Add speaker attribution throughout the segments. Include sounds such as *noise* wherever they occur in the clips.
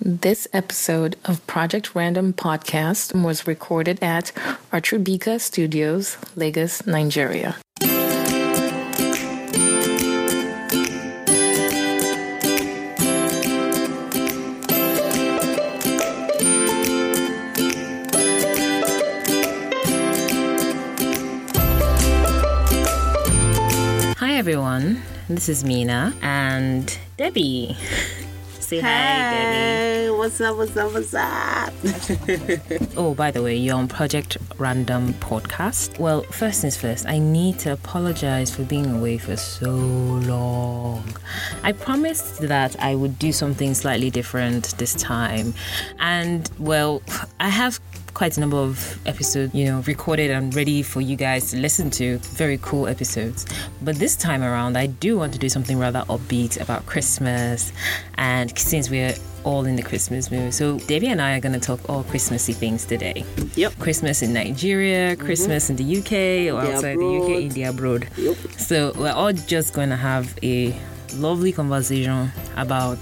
Speaker 1: This episode of Project Random Podcast was recorded at Artrubika Studios, Lagos, Nigeria.
Speaker 2: Hi everyone, this is Mina and Debbie. *laughs* Say hi,
Speaker 3: Hey, what's up, what's up, what's up? *laughs*
Speaker 2: Debbie. *laughs* Oh, by the way, you're on Project Random Podcast. Well, first things first, I need to apologize for being away for so long. I promised that I would do something slightly different this time, and well, I have quite a number of episodes, you know, recorded and ready for you guys to listen to. Very cool episodes. But this time around, I do want to do something rather upbeat about Christmas. And since we're all in the Christmas mood, so Debbie and I are going to talk all Christmassy things today.
Speaker 3: Yep. Mm-hmm.
Speaker 2: Christmas in Nigeria, Christmas in the UK, or
Speaker 3: India
Speaker 2: outside the UK,
Speaker 3: abroad.
Speaker 2: India abroad.
Speaker 3: Yep.
Speaker 2: So we're all just going to have a lovely conversation about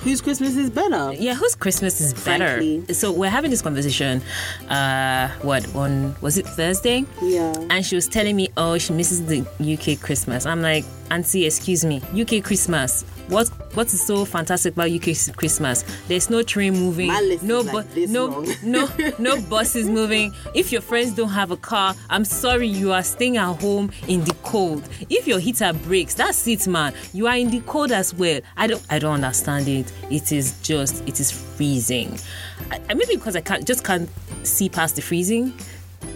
Speaker 3: Whose Christmas is better?
Speaker 2: yeah, whose Christmas is better?
Speaker 3: Frankly.
Speaker 2: So we're having this conversation. Uh, what on was it Thursday?
Speaker 3: Yeah.
Speaker 2: And she was telling me, oh, she misses the UK Christmas. I'm like, Auntie, excuse me, UK Christmas. What what is so fantastic about UK Christmas? There's no train moving,
Speaker 3: My list
Speaker 2: no
Speaker 3: is like
Speaker 2: bu-
Speaker 3: this
Speaker 2: no *laughs*
Speaker 3: long.
Speaker 2: no no buses moving. If your friends don't have a car, I'm sorry, you are staying at home in the cold. If your heater breaks, that's it, man. You are in the cold as well. I don't I don't understand it. It is just it is freezing. I, I- maybe because I can't just can't see past the freezing.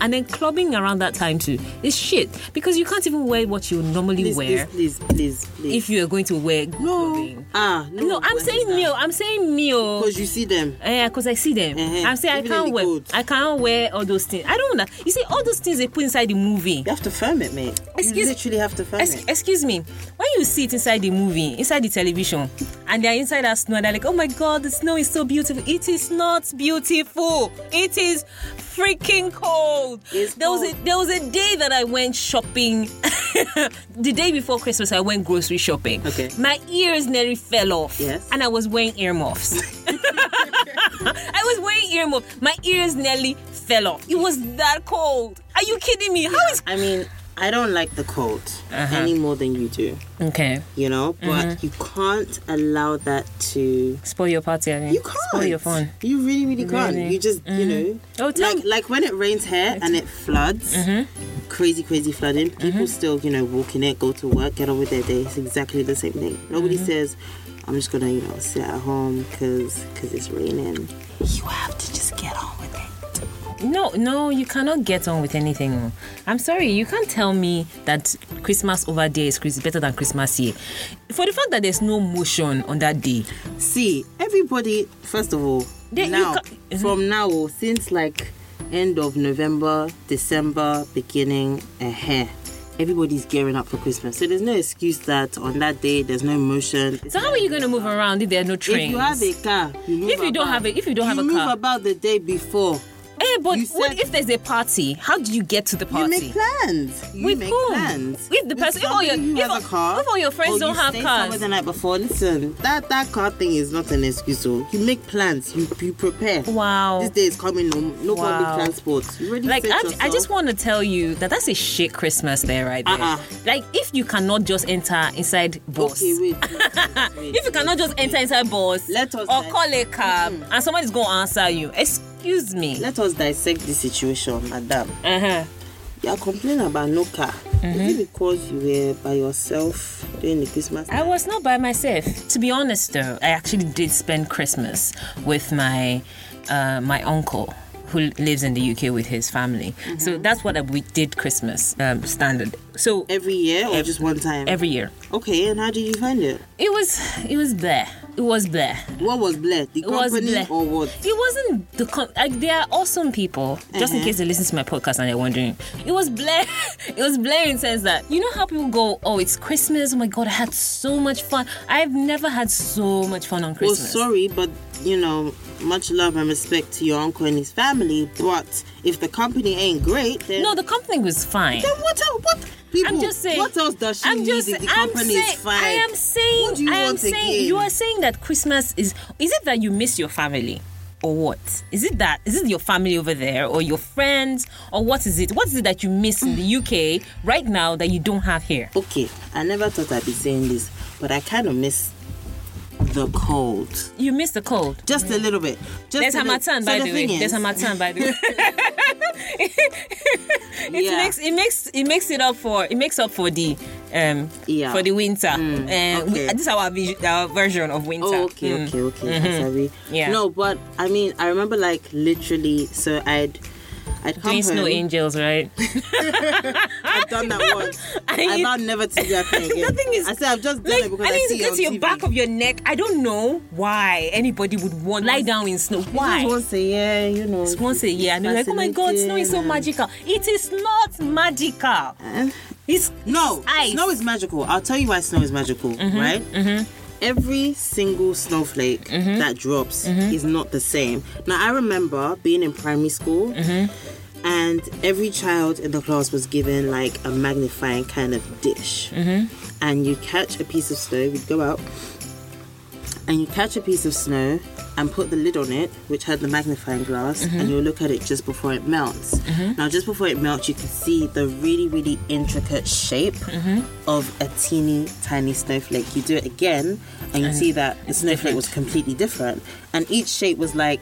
Speaker 2: And then clubbing around that time too is shit because you can't even wear what you normally
Speaker 3: Please,
Speaker 2: wear
Speaker 3: please, please, please, please.
Speaker 2: if you are going to wear clothing.
Speaker 3: ah, no,
Speaker 2: No, I'm saying meal. I'm saying meal.
Speaker 3: Because you see them.
Speaker 2: Yeah, because Eh, I see them.
Speaker 3: Uh-huh.
Speaker 2: I'm saying I
Speaker 3: Even in
Speaker 2: can't
Speaker 3: the
Speaker 2: wear.
Speaker 3: cold.
Speaker 2: I can't wear all those things. I don't know. You see, all those things they put inside the movie.
Speaker 3: You have to firm it, mate. you
Speaker 2: Excuse-
Speaker 3: literally have to firm
Speaker 2: Ex-
Speaker 3: it.
Speaker 2: excuse me. When you see it inside the movie, inside the television, and they're inside that snow, and they're like, "Oh my god, the snow is so beautiful." It is not beautiful. It is freaking cold.
Speaker 3: It's
Speaker 2: there was a
Speaker 3: cold.
Speaker 2: there was a day that I went shopping. *laughs* the day before Christmas, I went grocery shopping.
Speaker 3: Okay.
Speaker 2: My ears nearly fell off.
Speaker 3: Yes.
Speaker 2: And I was wearing
Speaker 3: *laughs*
Speaker 2: earmuffs. *laughs* I was wearing earmuffs. My ears nearly fell off. It was that cold. Are you kidding me? How is
Speaker 3: I mean, I don't like the cold
Speaker 2: Uh-huh.
Speaker 3: any more than you do,
Speaker 2: okay?
Speaker 3: you know?
Speaker 2: Mm-hmm.
Speaker 3: But you can't allow that to.
Speaker 2: Spoil your party, I mean.
Speaker 3: You can't.
Speaker 2: Spoil your fun.
Speaker 3: You really, really Mm-hmm. can't.
Speaker 2: Really.
Speaker 3: You just, you know.
Speaker 2: Oh, tell
Speaker 3: like,
Speaker 2: me.
Speaker 3: like when it rains here and it floods, crazy, crazy flooding, people still, you know, walk in it, go to work, get on with their day. It's exactly the same thing. Nobody says, I'm just going to, you know, sit at home because it's raining. You have to just get on with it.
Speaker 2: No, no, you cannot get on with anything. I'm sorry, you can't tell me that Christmas over there is Chris- better than Christmas here. For the fact that there's no motion on that day.
Speaker 3: See, everybody, first of all,
Speaker 2: They- you
Speaker 3: now,
Speaker 2: ca- Mhm.
Speaker 3: from now, on, since like end of November, December, beginning, uh everybody's gearing up for Christmas. So there's no excuse that on that day there's no motion.
Speaker 2: So how are you going to move around if there are no trains?
Speaker 3: If you have a car, you move
Speaker 2: If you don't
Speaker 3: about.
Speaker 2: have a- if you don't have a
Speaker 3: move
Speaker 2: car.
Speaker 3: about the day before.
Speaker 2: Eh, but
Speaker 3: You
Speaker 2: what
Speaker 3: said-
Speaker 2: if there's a party? How do you get to the party?
Speaker 3: You make plans. You
Speaker 2: With
Speaker 3: make
Speaker 2: whom?
Speaker 3: plans.
Speaker 2: With the person- if all your-
Speaker 3: somebody who
Speaker 2: if
Speaker 3: has a
Speaker 2: all-
Speaker 3: car,
Speaker 2: if all your friends
Speaker 3: or
Speaker 2: don't
Speaker 3: you
Speaker 2: have
Speaker 3: stay
Speaker 2: cars.
Speaker 3: somewhere the night before. Listen, that that car thing is not an excuse. So you make plans. You you prepare.
Speaker 2: Wow.
Speaker 3: This day is coming. No, no
Speaker 2: Wow.
Speaker 3: public transport. You already
Speaker 2: like
Speaker 3: set
Speaker 2: I,
Speaker 3: yourself.
Speaker 2: I just want to tell you that that's a shit Christmas there, right there.
Speaker 3: Uh-uh.
Speaker 2: Like if you cannot just enter inside bus,
Speaker 3: Okay, wait. wait,
Speaker 2: *laughs*
Speaker 3: wait, wait.
Speaker 2: if you cannot just enter inside bus,
Speaker 3: Let us
Speaker 2: or
Speaker 3: like- Mm-hmm.
Speaker 2: call a cab and somebody's gonna answer you. Excuse me.
Speaker 3: Let us dissect the situation, madam.
Speaker 2: Uh huh.
Speaker 3: You are complaining about no car.
Speaker 2: Mm-hmm.
Speaker 3: Is it because you were by yourself during the Christmas?
Speaker 2: I was not by myself. To be honest, though, I actually did spend Christmas with my uh, my uncle who lives in the UK with his family.
Speaker 3: Mm-hmm.
Speaker 2: So that's what we did Christmas um, standard. So
Speaker 3: every year or just one time?
Speaker 2: every year,
Speaker 3: Okay, and how did you find it?
Speaker 2: it was it was there. It was there.
Speaker 3: What was blessed? The
Speaker 2: It was
Speaker 3: company
Speaker 2: bleh.
Speaker 3: or what?
Speaker 2: It wasn't the con- like they are awesome people. Just in
Speaker 3: Uh-huh.
Speaker 2: case they listen to my podcast and they're wondering, it was Blair. *laughs* it was Blair in the sense that you know how people go, oh, it's Christmas. Oh my god, I had so much fun. I've never had so much fun on
Speaker 3: Well,
Speaker 2: Christmas.
Speaker 3: sorry, but you know, much love and respect to your uncle and his family. But if the company ain't great, then
Speaker 2: no, the company was fine.
Speaker 3: Then what? What? People,
Speaker 2: I'm just saying.
Speaker 3: What else does she
Speaker 2: I'm
Speaker 3: need
Speaker 2: just.
Speaker 3: if the
Speaker 2: I'm
Speaker 3: company
Speaker 2: saying.
Speaker 3: is fine?
Speaker 2: I am saying.
Speaker 3: What do you
Speaker 2: I am
Speaker 3: want
Speaker 2: saying.
Speaker 3: again?
Speaker 2: You are saying that Christmas is. Is it that you miss your family, or what? Is it that? Is it your family over there, or your friends, or what is it? What is it that you miss in the UK right now that you don't have here?
Speaker 3: Okay, I never thought I'd be saying this, but I kind of miss the cold.
Speaker 2: You miss the cold.
Speaker 3: Just a little bit. Just
Speaker 2: There's
Speaker 3: a little-
Speaker 2: Hamatan,
Speaker 3: So
Speaker 2: by
Speaker 3: the
Speaker 2: the way.
Speaker 3: thing
Speaker 2: There's
Speaker 3: is-
Speaker 2: Hamatan,
Speaker 3: *laughs*
Speaker 2: by the way. it
Speaker 3: Yeah.
Speaker 2: makes it makes it makes it up for it makes up for the um
Speaker 3: Yeah. Mm.
Speaker 2: for the winter. Uh, we-
Speaker 3: okay.
Speaker 2: this is our visu- our version of winter.
Speaker 3: Oh, okay,
Speaker 2: Mm.
Speaker 3: okay, okay. I Sorry.
Speaker 2: Yeah.
Speaker 3: No, but I mean, I remember like literally. So I'd, I'd come
Speaker 2: Doing snow
Speaker 3: home.
Speaker 2: angels, right?
Speaker 3: I've done that once.
Speaker 2: *laughs* And
Speaker 3: I
Speaker 2: you-
Speaker 3: vowed never to do that thing again.
Speaker 2: *laughs* The thing is,
Speaker 3: I said I've just done
Speaker 2: Like,
Speaker 3: it because
Speaker 2: I
Speaker 3: I,
Speaker 2: think
Speaker 3: see
Speaker 2: it's
Speaker 3: it
Speaker 2: good
Speaker 3: on
Speaker 2: to your
Speaker 3: TV.
Speaker 2: back of your neck. I don't know why anybody would want lie down in snow. Why?
Speaker 3: Just once a year, you know.
Speaker 2: It's once a year, and you're like, oh my god, snow is so
Speaker 3: fascinating
Speaker 2: magical. It is not magical.
Speaker 3: and-
Speaker 2: It's
Speaker 3: No,
Speaker 2: it's ice. Mm-hmm,
Speaker 3: snow is magical. I'll tell you why snow is magical, right? Every single snowflake
Speaker 2: Mm-hmm.
Speaker 3: that drops is not the same. Now, I remember being in primary school,
Speaker 2: Mm-hmm.
Speaker 3: and every child in the class was given like a magnifying kind of dish.
Speaker 2: Mm-hmm.
Speaker 3: And you catch a piece of snow, we'd go out, and you catch a piece of snow and put the lid on it, which had the magnifying glass,
Speaker 2: Mm-hmm.
Speaker 3: and you'll look at it just before it melts. Now, just before it melts, you can see the really, really intricate shape
Speaker 2: Mm-hmm.
Speaker 3: of a teeny tiny snowflake. You do it again, and you see that the snowflake was completely different, and each shape was like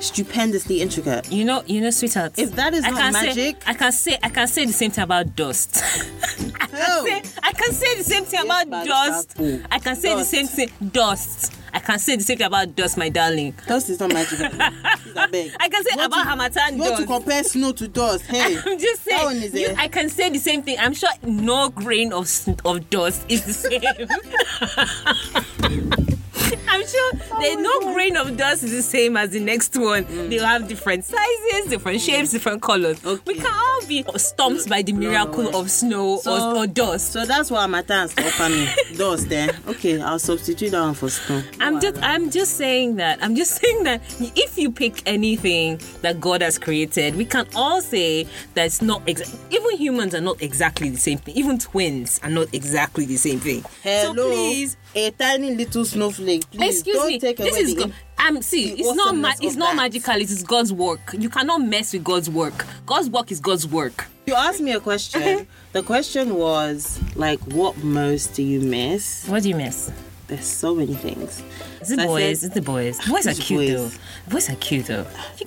Speaker 3: stupendously intricate.
Speaker 2: You know, you know, sweetheart.
Speaker 3: If that is not
Speaker 2: can
Speaker 3: magic-
Speaker 2: say, I can say, I can say the same thing about dust. *laughs* I
Speaker 3: Hell.
Speaker 2: can say, I can say the same thing
Speaker 3: Yes,
Speaker 2: about
Speaker 3: but
Speaker 2: dust.
Speaker 3: apple.
Speaker 2: I can say
Speaker 3: Dust.
Speaker 2: the same thing, dust. I can say the same thing about dust, my darling.
Speaker 3: Dust is not magic.
Speaker 2: *laughs*
Speaker 3: I beg.
Speaker 2: I can say
Speaker 3: You want
Speaker 2: about
Speaker 3: to-
Speaker 2: Hamatan
Speaker 3: You want to
Speaker 2: dust.
Speaker 3: compare snow to dust? Hey,
Speaker 2: *laughs* I'm just
Speaker 3: that one
Speaker 2: saying,
Speaker 3: is
Speaker 2: you,
Speaker 3: a-
Speaker 2: I can say the same thing. I'm sure no grain of sn- of dust is the same. *laughs* I'm sure
Speaker 3: Oh
Speaker 2: that no grain of dust is the same as the next one.
Speaker 3: Mm.
Speaker 2: They'll have different sizes, different shapes, different colors. We
Speaker 3: Okay.
Speaker 2: can all be stumped by the miracle of snow or, or dust.
Speaker 3: So that's why my thanks offer me those then. eh? Okay, I'll substitute that one for snow.
Speaker 2: I'm just I'm just saying that. I'm just *laughs* saying that if you pick anything that God has created, we can all say that it's not ex- even humans are not exactly the same thing. Even twins are not exactly the same thing.
Speaker 3: Hello,
Speaker 2: So please
Speaker 3: a tiny little snowflake. Please
Speaker 2: Excuse
Speaker 3: don't
Speaker 2: me.
Speaker 3: take away
Speaker 2: This is
Speaker 3: the
Speaker 2: go-
Speaker 3: im-
Speaker 2: um see,
Speaker 3: the
Speaker 2: it's not ma-
Speaker 3: awesomeness
Speaker 2: it's
Speaker 3: of
Speaker 2: not
Speaker 3: that.
Speaker 2: magical. It is God's work. You cannot mess with God's work. God's work is God's work.
Speaker 3: You asked me a
Speaker 2: Uh-huh.
Speaker 3: question. the question was like, what most do you miss?
Speaker 2: What do you miss?
Speaker 3: There's so many things.
Speaker 2: Is it
Speaker 3: So I
Speaker 2: boys?
Speaker 3: said-
Speaker 2: Is it boys? Boys are
Speaker 3: It's
Speaker 2: cute
Speaker 3: boys. Mm.
Speaker 2: though. Boys are cute though.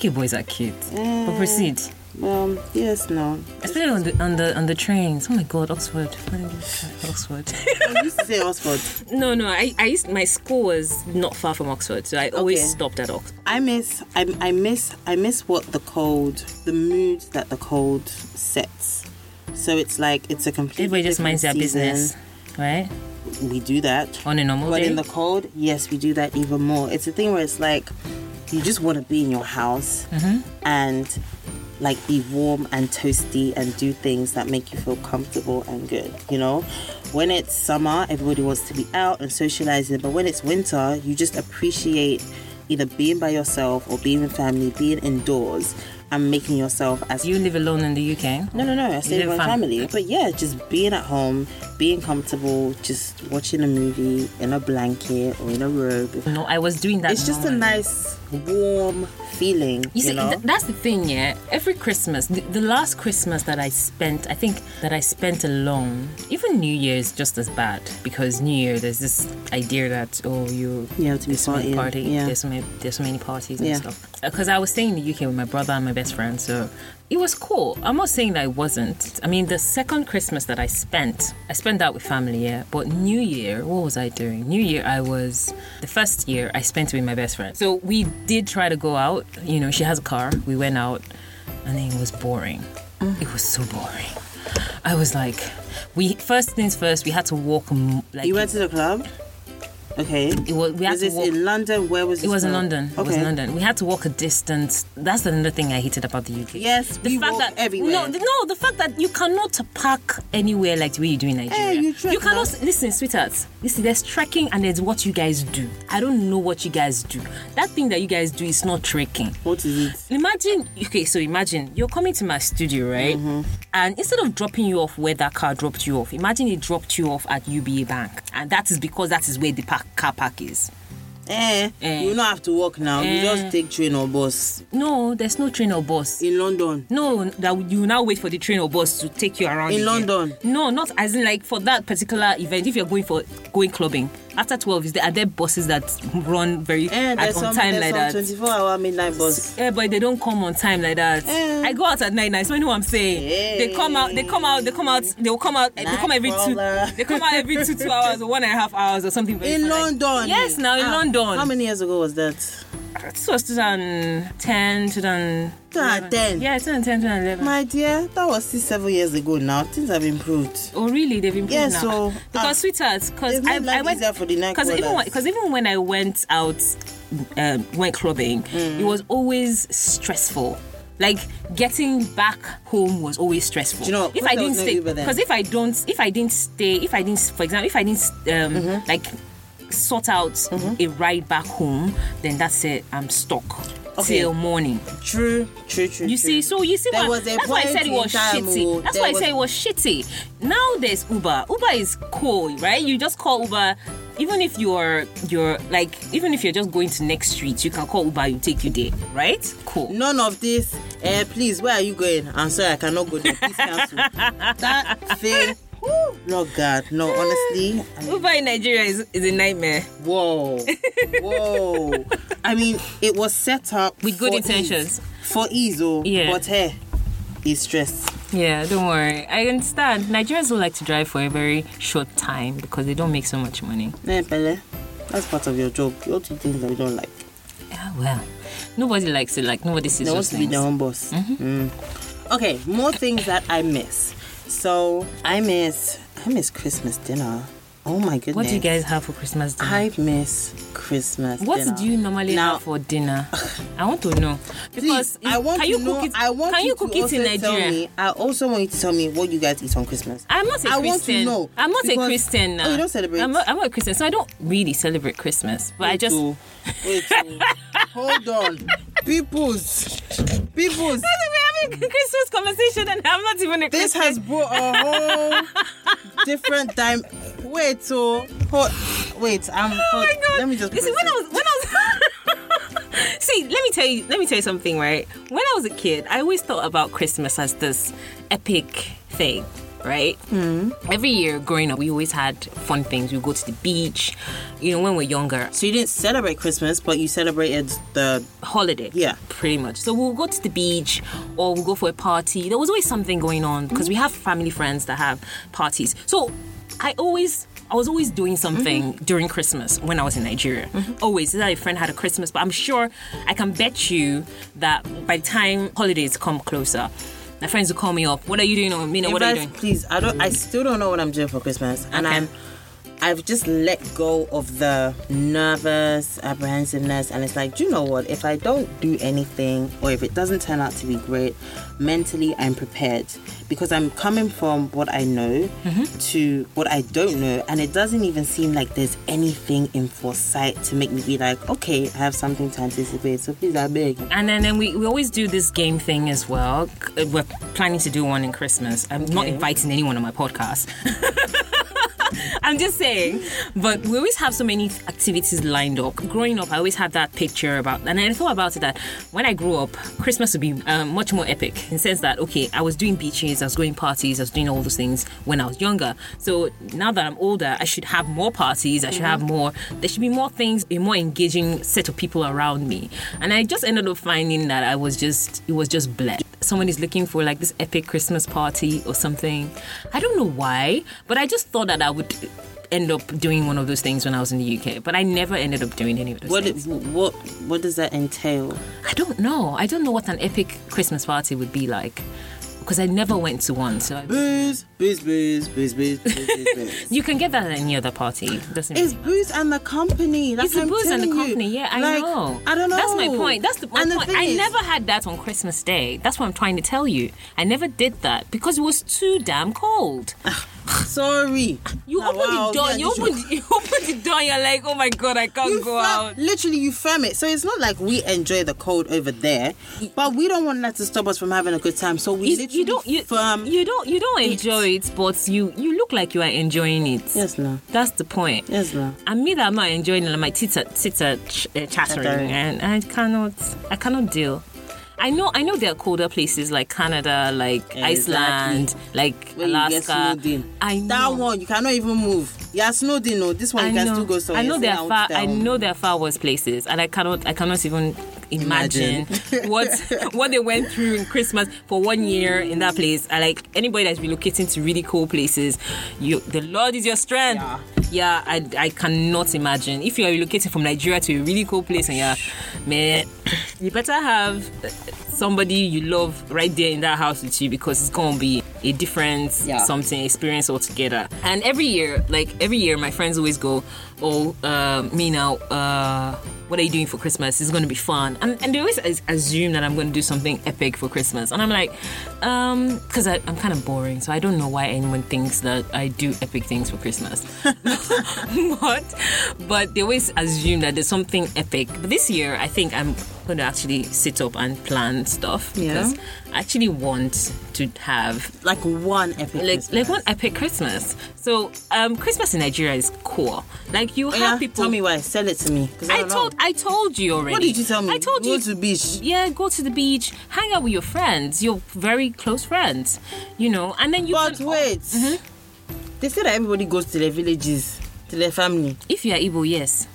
Speaker 2: UK boys are cute. but proceed.
Speaker 3: Um, yes, no.
Speaker 2: Especially on the on the on the trains. Oh my god, Oxford. When did you start? Oxford.
Speaker 3: I used to say *laughs*
Speaker 2: *laughs*
Speaker 3: Oxford.
Speaker 2: no, no. I, I used my school was not far from Oxford, so I always
Speaker 3: Okay.
Speaker 2: stopped at Oxford.
Speaker 3: I miss, I, I miss, I miss what the cold, the mood that the cold sets. So it's like it's a complete.
Speaker 2: Everybody just minds their business, right?
Speaker 3: We do that.
Speaker 2: On a normal
Speaker 3: But
Speaker 2: day.
Speaker 3: in the cold, yes, we do that even more. It's a thing where it's like you just want to be in your house and like be warm and toasty and do things that make you feel comfortable and good, you know? When it's summer, everybody wants to be out and socializing, but when it's winter, you just appreciate either being by yourself or being with family, being indoors and making yourself as
Speaker 2: You live alone in the UK.
Speaker 3: no, no, no. I stayed
Speaker 2: live
Speaker 3: with my
Speaker 2: fam-
Speaker 3: family. But yeah, just being at home, being comfortable, just watching a movie in a blanket or in a robe.
Speaker 2: No, I was doing that.
Speaker 3: It's just a
Speaker 2: normally.
Speaker 3: nice, warm feeling, you,
Speaker 2: You see,
Speaker 3: know?
Speaker 2: th- that's the thing, yeah. Every Christmas, the, the last Christmas that I spent, I think that I spent alone. Even New Year is just as bad because New Year there's this idea that oh you
Speaker 3: You have to be
Speaker 2: there's so many
Speaker 3: partying,
Speaker 2: party,
Speaker 3: yeah.
Speaker 2: there's so many there's so many parties and
Speaker 3: Yeah.
Speaker 2: stuff. Because I was staying in the UK with my brother and my best friend, so it was cool. I'm not saying that it wasn't. I mean, the second Christmas that I spent, I spent that with family, yeah. But New Year, what was I doing? New Year, I was the first year I spent with my best friend. So we did try to go out. You know, she has a car. We went out, and then it was boring. It was so boring. I was like, we first things first. We had to walk. m- Like
Speaker 3: you went to the club? Okay.
Speaker 2: It was, we had
Speaker 3: Was
Speaker 2: to
Speaker 3: this
Speaker 2: walk-
Speaker 3: in London? Where was
Speaker 2: It
Speaker 3: this
Speaker 2: was in
Speaker 3: now?
Speaker 2: London. It was in London. We had to walk a distance. That's another thing I hated about the UK.
Speaker 3: Yes, we walk
Speaker 2: that
Speaker 3: everywhere.
Speaker 2: No, the- no, the fact that you cannot park anywhere like the way you do in Nigeria.
Speaker 3: you trek
Speaker 2: you cannot
Speaker 3: now.
Speaker 2: listen, sweethearts. Listen, there's trekking and there's what you guys do. I don't know what you guys do. That thing that you guys do is not trekking.
Speaker 3: What is it?
Speaker 2: Imagine, okay, so imagine you're coming to my studio, right?
Speaker 3: Mm-hmm.
Speaker 2: And instead of dropping you off where that car dropped you off, imagine it dropped you off at UBA Bank, and that is because that is where the park, car park is.
Speaker 3: Eh,
Speaker 2: Eh.
Speaker 3: you don't have to walk now. You
Speaker 2: Eh.
Speaker 3: just take train or bus
Speaker 2: No, there's no train or bus.
Speaker 3: in London.
Speaker 2: No, that you now wait for the train or bus to take you around
Speaker 3: In
Speaker 2: again.
Speaker 3: London?
Speaker 2: No, not as in like for that particular event. If you're going for going clubbing after twelve, is there are there buses that run very
Speaker 3: Eh,
Speaker 2: at on
Speaker 3: there's some,
Speaker 2: time
Speaker 3: there's
Speaker 2: like
Speaker 3: some
Speaker 2: that?
Speaker 3: 24 hour midnight bus.
Speaker 2: Yeah, but they don't come on time like that.
Speaker 3: Eh.
Speaker 2: I go out at night. Now, so you know what I'm saying. They come out. They come out. They come out. They will come out. They come every two.
Speaker 3: Nightcrawler.
Speaker 2: They come out every two two hours or one and a half hours or something. very
Speaker 3: In
Speaker 2: fun.
Speaker 3: London.
Speaker 2: Yes, now in
Speaker 3: Ah,
Speaker 2: London.
Speaker 3: How many years ago was that?
Speaker 2: This was 2010, 2000.
Speaker 3: 2010.
Speaker 2: Yeah, 2010, 2011.
Speaker 3: My dear, that was six, seven years ago now. Things have improved.
Speaker 2: Oh really? They've improved
Speaker 3: Yeah,
Speaker 2: now.
Speaker 3: so, ah,
Speaker 2: because sweethearts, because
Speaker 3: they've
Speaker 2: I,
Speaker 3: made life
Speaker 2: I went
Speaker 3: easier for the night
Speaker 2: because even
Speaker 3: crawlers.
Speaker 2: because even when I went out, um, went clubbing,
Speaker 3: Mm.
Speaker 2: it was always stressful. Like getting back home was always stressful.
Speaker 3: Do you know,
Speaker 2: if
Speaker 3: when
Speaker 2: I
Speaker 3: there
Speaker 2: didn't
Speaker 3: was no
Speaker 2: stay,
Speaker 3: Uber then?
Speaker 2: because if I don't, if I didn't stay, if I didn't, for example, if I didn't um,
Speaker 3: Mm-hmm.
Speaker 2: like sort out a ride back home, then that's it. I'm stuck
Speaker 3: Okay.
Speaker 2: till morning.
Speaker 3: True, true, true.
Speaker 2: You see, so you see
Speaker 3: There
Speaker 2: why,
Speaker 3: was a
Speaker 2: that's why I
Speaker 3: point
Speaker 2: said it
Speaker 3: in
Speaker 2: was
Speaker 3: time, oh,
Speaker 2: shitty. That's
Speaker 3: there
Speaker 2: why I
Speaker 3: was-
Speaker 2: said it was shitty. Now there's Uber. Uber is cool, right? You just call Uber. Even if you're you're like even if you're just going to next street, you can call Uber. You take you there, right? Cool.
Speaker 3: None of this. Eh, please, where are you going? I'm sorry, I cannot go there. Please
Speaker 2: *laughs*
Speaker 3: cancel. that thing. whew, Lord God, no. Honestly,
Speaker 2: Uber in Nigeria is, is a nightmare.
Speaker 3: whoa, whoa. I mean, it was set up
Speaker 2: With good
Speaker 3: for
Speaker 2: intentions.
Speaker 3: ease. for ease, oh,
Speaker 2: Yeah.
Speaker 3: But hey, it's stress.
Speaker 2: Yeah, don't worry. I understand. Nigerians will like to drive for a very short time because they don't make so much money.
Speaker 3: Eh, Pele, that's part of your job. You all do things that we don't like.
Speaker 2: Yeah, well, nobody likes it. Like nobody sees
Speaker 3: They want
Speaker 2: those
Speaker 3: to be
Speaker 2: things. Mm-hmm.
Speaker 3: their own boss. Mm. Okay, more things that I miss. So I miss I miss Christmas dinner. Oh my goodness.
Speaker 2: What do you guys have for Christmas dinner?
Speaker 3: I miss Christmas.
Speaker 2: What
Speaker 3: dinner.
Speaker 2: do you normally
Speaker 3: now,
Speaker 2: have for dinner? I want to
Speaker 3: *laughs*
Speaker 2: know because
Speaker 3: Please, I
Speaker 2: it-
Speaker 3: want
Speaker 2: can
Speaker 3: to
Speaker 2: you
Speaker 3: know,
Speaker 2: cook it?
Speaker 3: I want
Speaker 2: can you
Speaker 3: to
Speaker 2: cook it in
Speaker 3: also tell
Speaker 2: Nigeria?
Speaker 3: Me, I also want you to tell me what you guys eat on Christmas.
Speaker 2: I'm not a
Speaker 3: I want to
Speaker 2: Christian.
Speaker 3: know,
Speaker 2: I'm not a
Speaker 3: because-
Speaker 2: Christian now.
Speaker 3: Oh, you don't celebrate?
Speaker 2: I'm not, I'm not a Christian, so I don't really celebrate Christmas. But I just *laughs*
Speaker 3: Wait, oh, wait, oh. hold on, peoples, peoples.
Speaker 2: we're having a Christmas conversation, and I'm not even a
Speaker 3: This
Speaker 2: Christian.
Speaker 3: has brought a whole
Speaker 2: *laughs*
Speaker 3: different time. Wait, so hold, wait, I'm.
Speaker 2: Oh
Speaker 3: hold-
Speaker 2: my god!
Speaker 3: Let me just.
Speaker 2: Listen, when I was when I was *laughs* see, let me tell you, let me tell you something, right? When I was a kid, I always thought about Christmas as this epic thing. Right?
Speaker 3: Hmm.
Speaker 2: Mm. Every year growing up, we always had fun things. We go to the beach, you know, when we're younger.
Speaker 3: So you didn't celebrate Christmas, but you celebrated the.
Speaker 2: Holiday.
Speaker 3: Yeah.
Speaker 2: Pretty much. So we'll go to the beach or we'll go for a party. There was always something going on because we have family friends that have parties. So I always I was always doing something during Christmas when I was in Nigeria. Always. That a friend had a Christmas, but I'm sure I can bet you that by the time holidays come closer, my friends will call me up. What are you doing on Mina? What are you
Speaker 3: Invite-
Speaker 2: doing?
Speaker 3: Please, I don't. I still don't know what I'm doing for Christmas, and
Speaker 2: Okay.
Speaker 3: I'm. I've just let go of the nervous apprehensiveness, and it's like, do you know what? If I don't do anything, or if it doesn't turn out to be great, mentally I'm prepared because I'm coming from what I know
Speaker 2: Mm-hmm.
Speaker 3: to what I don't know, and it doesn't even seem like there's anything in foresight to make me be like, okay, I have something to anticipate. So please, I beg.
Speaker 2: And then, then we, we always do this game thing as well. Uh, We're planning to do one in Christmas. I'm not inviting anyone on my podcast. I'm just saying. But we always have so many activities lined up. Growing up, I always had that picture about, and I thought about it that when I grew up, Christmas would be um, much more epic in the sense that, okay, I was doing beaches, I was going parties, I was doing all those things when I was younger. So now that I'm older, I should have more parties, I should have more, there should be more things, a more engaging set of people around me. And I just ended up finding that I was just, it was just blessed someone is looking for like this epic Christmas party or something. I don't know why, but I just thought that I would end up doing one of those things when I was in the UK. But I never ended up doing any of those
Speaker 3: What
Speaker 2: things.
Speaker 3: what what does that entail?
Speaker 2: I don't know. I don't know what an epic Christmas party would be like. because I never went to one. So I,
Speaker 3: Booze, booze, booze, booze, booze, booze, booze, booze.
Speaker 2: you can get that at any other party. It Doesn't
Speaker 3: *laughs* It's
Speaker 2: really-
Speaker 3: booze and the company. That's
Speaker 2: It's the
Speaker 3: what I'm
Speaker 2: booze and the
Speaker 3: telling you.
Speaker 2: company. Yeah, I
Speaker 3: Like,
Speaker 2: know.
Speaker 3: I don't know.
Speaker 2: That's my point. That's the, my
Speaker 3: And the
Speaker 2: point.
Speaker 3: thing
Speaker 2: I
Speaker 3: is-
Speaker 2: never had that on Christmas Day. That's what I'm trying to tell you. I never did that because it was too damn cold.
Speaker 3: Sorry.
Speaker 2: You
Speaker 3: Now,
Speaker 2: open
Speaker 3: wow,
Speaker 2: the *laughs* door.
Speaker 3: yeah,
Speaker 2: you
Speaker 3: this
Speaker 2: open. You open the door. You're like, oh my god, I can't
Speaker 3: you
Speaker 2: go
Speaker 3: firm-
Speaker 2: out.
Speaker 3: Literally, you firm it. So it's not like we enjoy the cold over there, but we don't want that to stop us from having a good time. So we
Speaker 2: You,
Speaker 3: literally
Speaker 2: you don't. You,
Speaker 3: firm.
Speaker 2: you don't. You don't enjoy it, but you you look like you are enjoying it.
Speaker 3: yes, no.
Speaker 2: That's the point.
Speaker 3: Yes, no.
Speaker 2: And me that I'm not enjoying it, like my tits are, tits are ch- uh, chattering,
Speaker 3: Chattering.
Speaker 2: and I cannot, I cannot deal. I know, I know there are colder places like Canada, like
Speaker 3: Exactly.
Speaker 2: Iceland, like
Speaker 3: Where you
Speaker 2: Alaska.
Speaker 3: get snowed in.
Speaker 2: I know.
Speaker 3: That one you cannot even move. Yeah, snowed in. No, this one
Speaker 2: I
Speaker 3: you can
Speaker 2: know.
Speaker 3: still go somewhere.
Speaker 2: I know
Speaker 3: Say,
Speaker 2: there are
Speaker 3: want
Speaker 2: far.
Speaker 3: to
Speaker 2: I
Speaker 3: down.
Speaker 2: know there are far worse places, and I cannot. I cannot even imagine,
Speaker 3: *laughs*
Speaker 2: what what they went through in Christmas for one year in that place. I like anybody that's relocating to really cold places. You, the Lord is your strength.
Speaker 3: Yeah.
Speaker 2: Yeah, I, I cannot imagine if you are relocating from Nigeria to a really cold place and you're, man, *clears throat* you better have somebody you love right there in that house with you because it's gonna be a different
Speaker 3: Yeah.
Speaker 2: something experience altogether. And every year, like every year, my friends always go, "Oh, uh, me now, uh, what are you doing for Christmas? It's gonna be fun." And, and they always as- assume that I'm gonna do something epic for Christmas, and I'm like, um, because I'm kind of boring, so I don't know why anyone thinks that I do epic things for Christmas. *laughs* but but they always assume that there's something epic. But this year, I think I'm gonna actually sit up and plan stuff
Speaker 3: Yeah.
Speaker 2: because I actually want to have
Speaker 3: Like one epic.
Speaker 2: like like one epic Christmas. So um, Christmas in Nigeria is cool. Like you have
Speaker 3: yeah,
Speaker 2: people.
Speaker 3: Tell me why. Sell it to me. 'cause
Speaker 2: I
Speaker 3: don't know.
Speaker 2: told I told you already.
Speaker 3: What did you tell me?
Speaker 2: I told
Speaker 3: Go
Speaker 2: you
Speaker 3: to beach.
Speaker 2: Yeah, go to the beach, hang out with your friends, your very close friends, you know, and then you.
Speaker 3: But
Speaker 2: can-
Speaker 3: wait.
Speaker 2: "Oh, uh-huh."
Speaker 3: They say that everybody goes to their villages, to their family.
Speaker 2: If you are Igbo,
Speaker 3: *laughs*
Speaker 2: yes.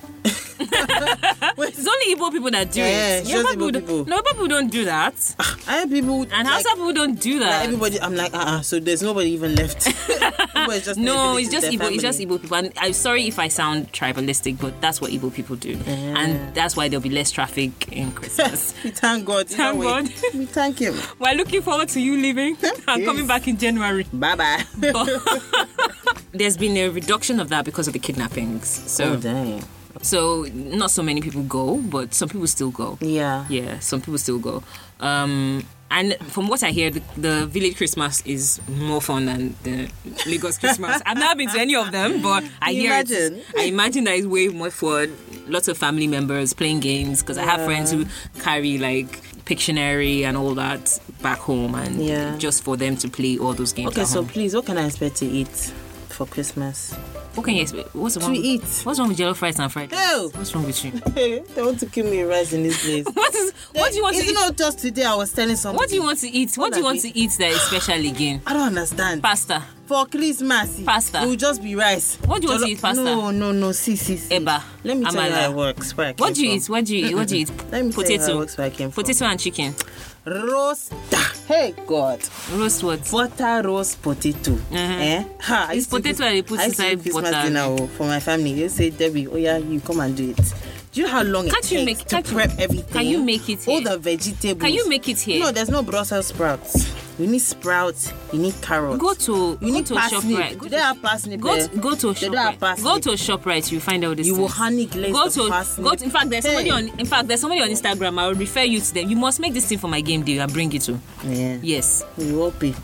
Speaker 3: Wait.
Speaker 2: It's only Igbo people that do
Speaker 3: Yeah,
Speaker 2: it.
Speaker 3: it's
Speaker 2: Yoruba
Speaker 3: just Igbo
Speaker 2: don't-
Speaker 3: people.
Speaker 2: No, Yoruba people don't do that,
Speaker 3: Ah, I had people.
Speaker 2: and
Speaker 3: like,
Speaker 2: Hausa people don't do
Speaker 3: like
Speaker 2: that.
Speaker 3: everybody, I'm like, uh uh so there's nobody
Speaker 2: *laughs*
Speaker 3: even left. Everybody's just in their
Speaker 2: No, it's
Speaker 3: villages,
Speaker 2: just
Speaker 3: their
Speaker 2: Igbo. It's just
Speaker 3: family.
Speaker 2: Igbo people. And I'm sorry if I sound tribalistic, but that's what Igbo people do, and that's why there'll be less traffic in
Speaker 3: *laughs*
Speaker 2: Christmas.
Speaker 3: we thank God. either
Speaker 2: Thank
Speaker 3: way.
Speaker 2: God.
Speaker 3: We thank Him.
Speaker 2: We're looking forward to you leaving and coming
Speaker 3: Yes.
Speaker 2: back in January. *laughs*
Speaker 3: Bye bye.
Speaker 2: There's been a reduction of that because of the kidnappings. So,
Speaker 3: dang.
Speaker 2: so not so many people go, but some people still go.
Speaker 3: Yeah.
Speaker 2: Yeah, some people still go. Um, and from what I hear, the, the village Christmas is more fun than the Lagos Christmas. I've not been to any of them, but I
Speaker 3: You
Speaker 2: hear it's-
Speaker 3: imagine?
Speaker 2: I imagine that it's way more fun. Lots of family members playing games because I have friends who carry like Pictionary and all that back home, and
Speaker 3: Yeah.
Speaker 2: just for them to play all those games.
Speaker 3: Okay,
Speaker 2: at
Speaker 3: so
Speaker 2: home.
Speaker 3: please, what can I expect to eat for Christmas?
Speaker 2: what can you expect? What's
Speaker 3: To
Speaker 2: wrong?
Speaker 3: eat. *laughs*
Speaker 2: What's wrong with yellow fries and fried? rice?
Speaker 3: Hell.
Speaker 2: What's wrong with you? *laughs*
Speaker 3: they want to kill me rice in this place.
Speaker 2: What is? *laughs* What do you want to
Speaker 3: It's
Speaker 2: eat?
Speaker 3: not just today. I was telling someone.
Speaker 2: What do you want to eat? What do you
Speaker 3: Hold
Speaker 2: want
Speaker 3: on,
Speaker 2: to eat that is special again?
Speaker 3: I don't understand.
Speaker 2: Pasta.
Speaker 3: For Christmas, it-
Speaker 2: Pasta.
Speaker 3: It will just be rice.
Speaker 2: What do you want to eat, pasta?
Speaker 3: No, no, no. See, see, see.
Speaker 2: Eba.
Speaker 3: Let me tell you how
Speaker 2: Amala.
Speaker 3: it works. Where I
Speaker 2: What
Speaker 3: came
Speaker 2: do you
Speaker 3: from.
Speaker 2: eat? What do you eat? What do you eat?
Speaker 3: *laughs* Let
Speaker 2: potato.
Speaker 3: me tell you how it works. Where I came from.
Speaker 2: Potato and chicken.
Speaker 3: Roast. Hey God.
Speaker 2: Roast what?
Speaker 3: Butter roast potato. Eh? Ha, I
Speaker 2: Uh-huh. It's
Speaker 3: used to
Speaker 2: potato
Speaker 3: do-
Speaker 2: and they put
Speaker 3: I used to do
Speaker 2: inside
Speaker 3: Christmas
Speaker 2: butter.
Speaker 3: dinner oh, for my family. They say Debbie, oh yeah, you come and do it. Do you know how long
Speaker 2: Can't
Speaker 3: it
Speaker 2: you
Speaker 3: takes
Speaker 2: make-
Speaker 3: to
Speaker 2: can't you-
Speaker 3: prep everything?
Speaker 2: can you make it
Speaker 3: All
Speaker 2: here?
Speaker 3: the vegetables.
Speaker 2: Can you make it here?
Speaker 3: No, there's no Brussels sprouts. You need sprouts. You need carrots.
Speaker 2: Go to-
Speaker 3: you
Speaker 2: go
Speaker 3: need
Speaker 2: to
Speaker 3: parsnip.
Speaker 2: ShopRite. Go
Speaker 3: Do they
Speaker 2: to-
Speaker 3: have parsnip?
Speaker 2: Go
Speaker 3: there?
Speaker 2: to, go to a
Speaker 3: They
Speaker 2: shop.
Speaker 3: don't have
Speaker 2: Right.
Speaker 3: parsnip.
Speaker 2: Go to a shop right. You find out this.
Speaker 3: You will honey glaze
Speaker 2: Go
Speaker 3: the
Speaker 2: to
Speaker 3: parsnip.
Speaker 2: go. To, in fact, there's somebody
Speaker 3: Hey.
Speaker 2: on. In fact, there's somebody on Instagram. I will refer you to them. You must make this thing for my game day and bring it to.
Speaker 3: Yeah.
Speaker 2: Yes.
Speaker 3: You will pay.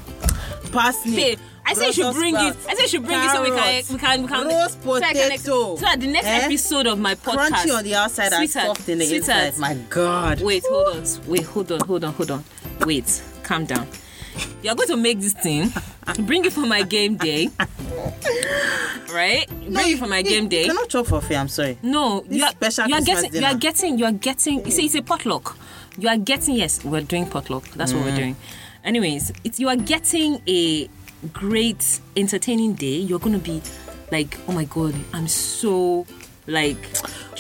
Speaker 3: Parsnip.
Speaker 2: Hey, I said you should
Speaker 3: Brussels
Speaker 2: bring it.
Speaker 3: sprouts,
Speaker 2: I said you should bring it so we can
Speaker 3: carrots,
Speaker 2: we can we can
Speaker 3: roast
Speaker 2: so I can ex-
Speaker 3: potato.
Speaker 2: so that the next
Speaker 3: Eh?
Speaker 2: episode of my podcast
Speaker 3: Crunchy on the outside and
Speaker 2: Sweetheart,
Speaker 3: soft in the
Speaker 2: sweetheart.
Speaker 3: inside. My God.
Speaker 2: Wait, hold on. Wait, hold on, hold on, hold on. Wait, calm down. You're going to make this thing. Bring it for my game day. Right?
Speaker 3: No,
Speaker 2: Bring
Speaker 3: you-
Speaker 2: it for my
Speaker 3: you-
Speaker 2: game
Speaker 3: You
Speaker 2: day.
Speaker 3: cannot chop for free. I'm sorry.
Speaker 2: No,
Speaker 3: This
Speaker 2: you are,
Speaker 3: special
Speaker 2: you are
Speaker 3: Christmas
Speaker 2: getting you are
Speaker 3: dinner.
Speaker 2: getting you are getting you see it's a potluck. You are getting yes, we're doing potluck. That's what we're
Speaker 3: Mm.
Speaker 2: doing. Anyways, it's you are getting a great entertaining day. You're gonna be like, oh my god, I'm so like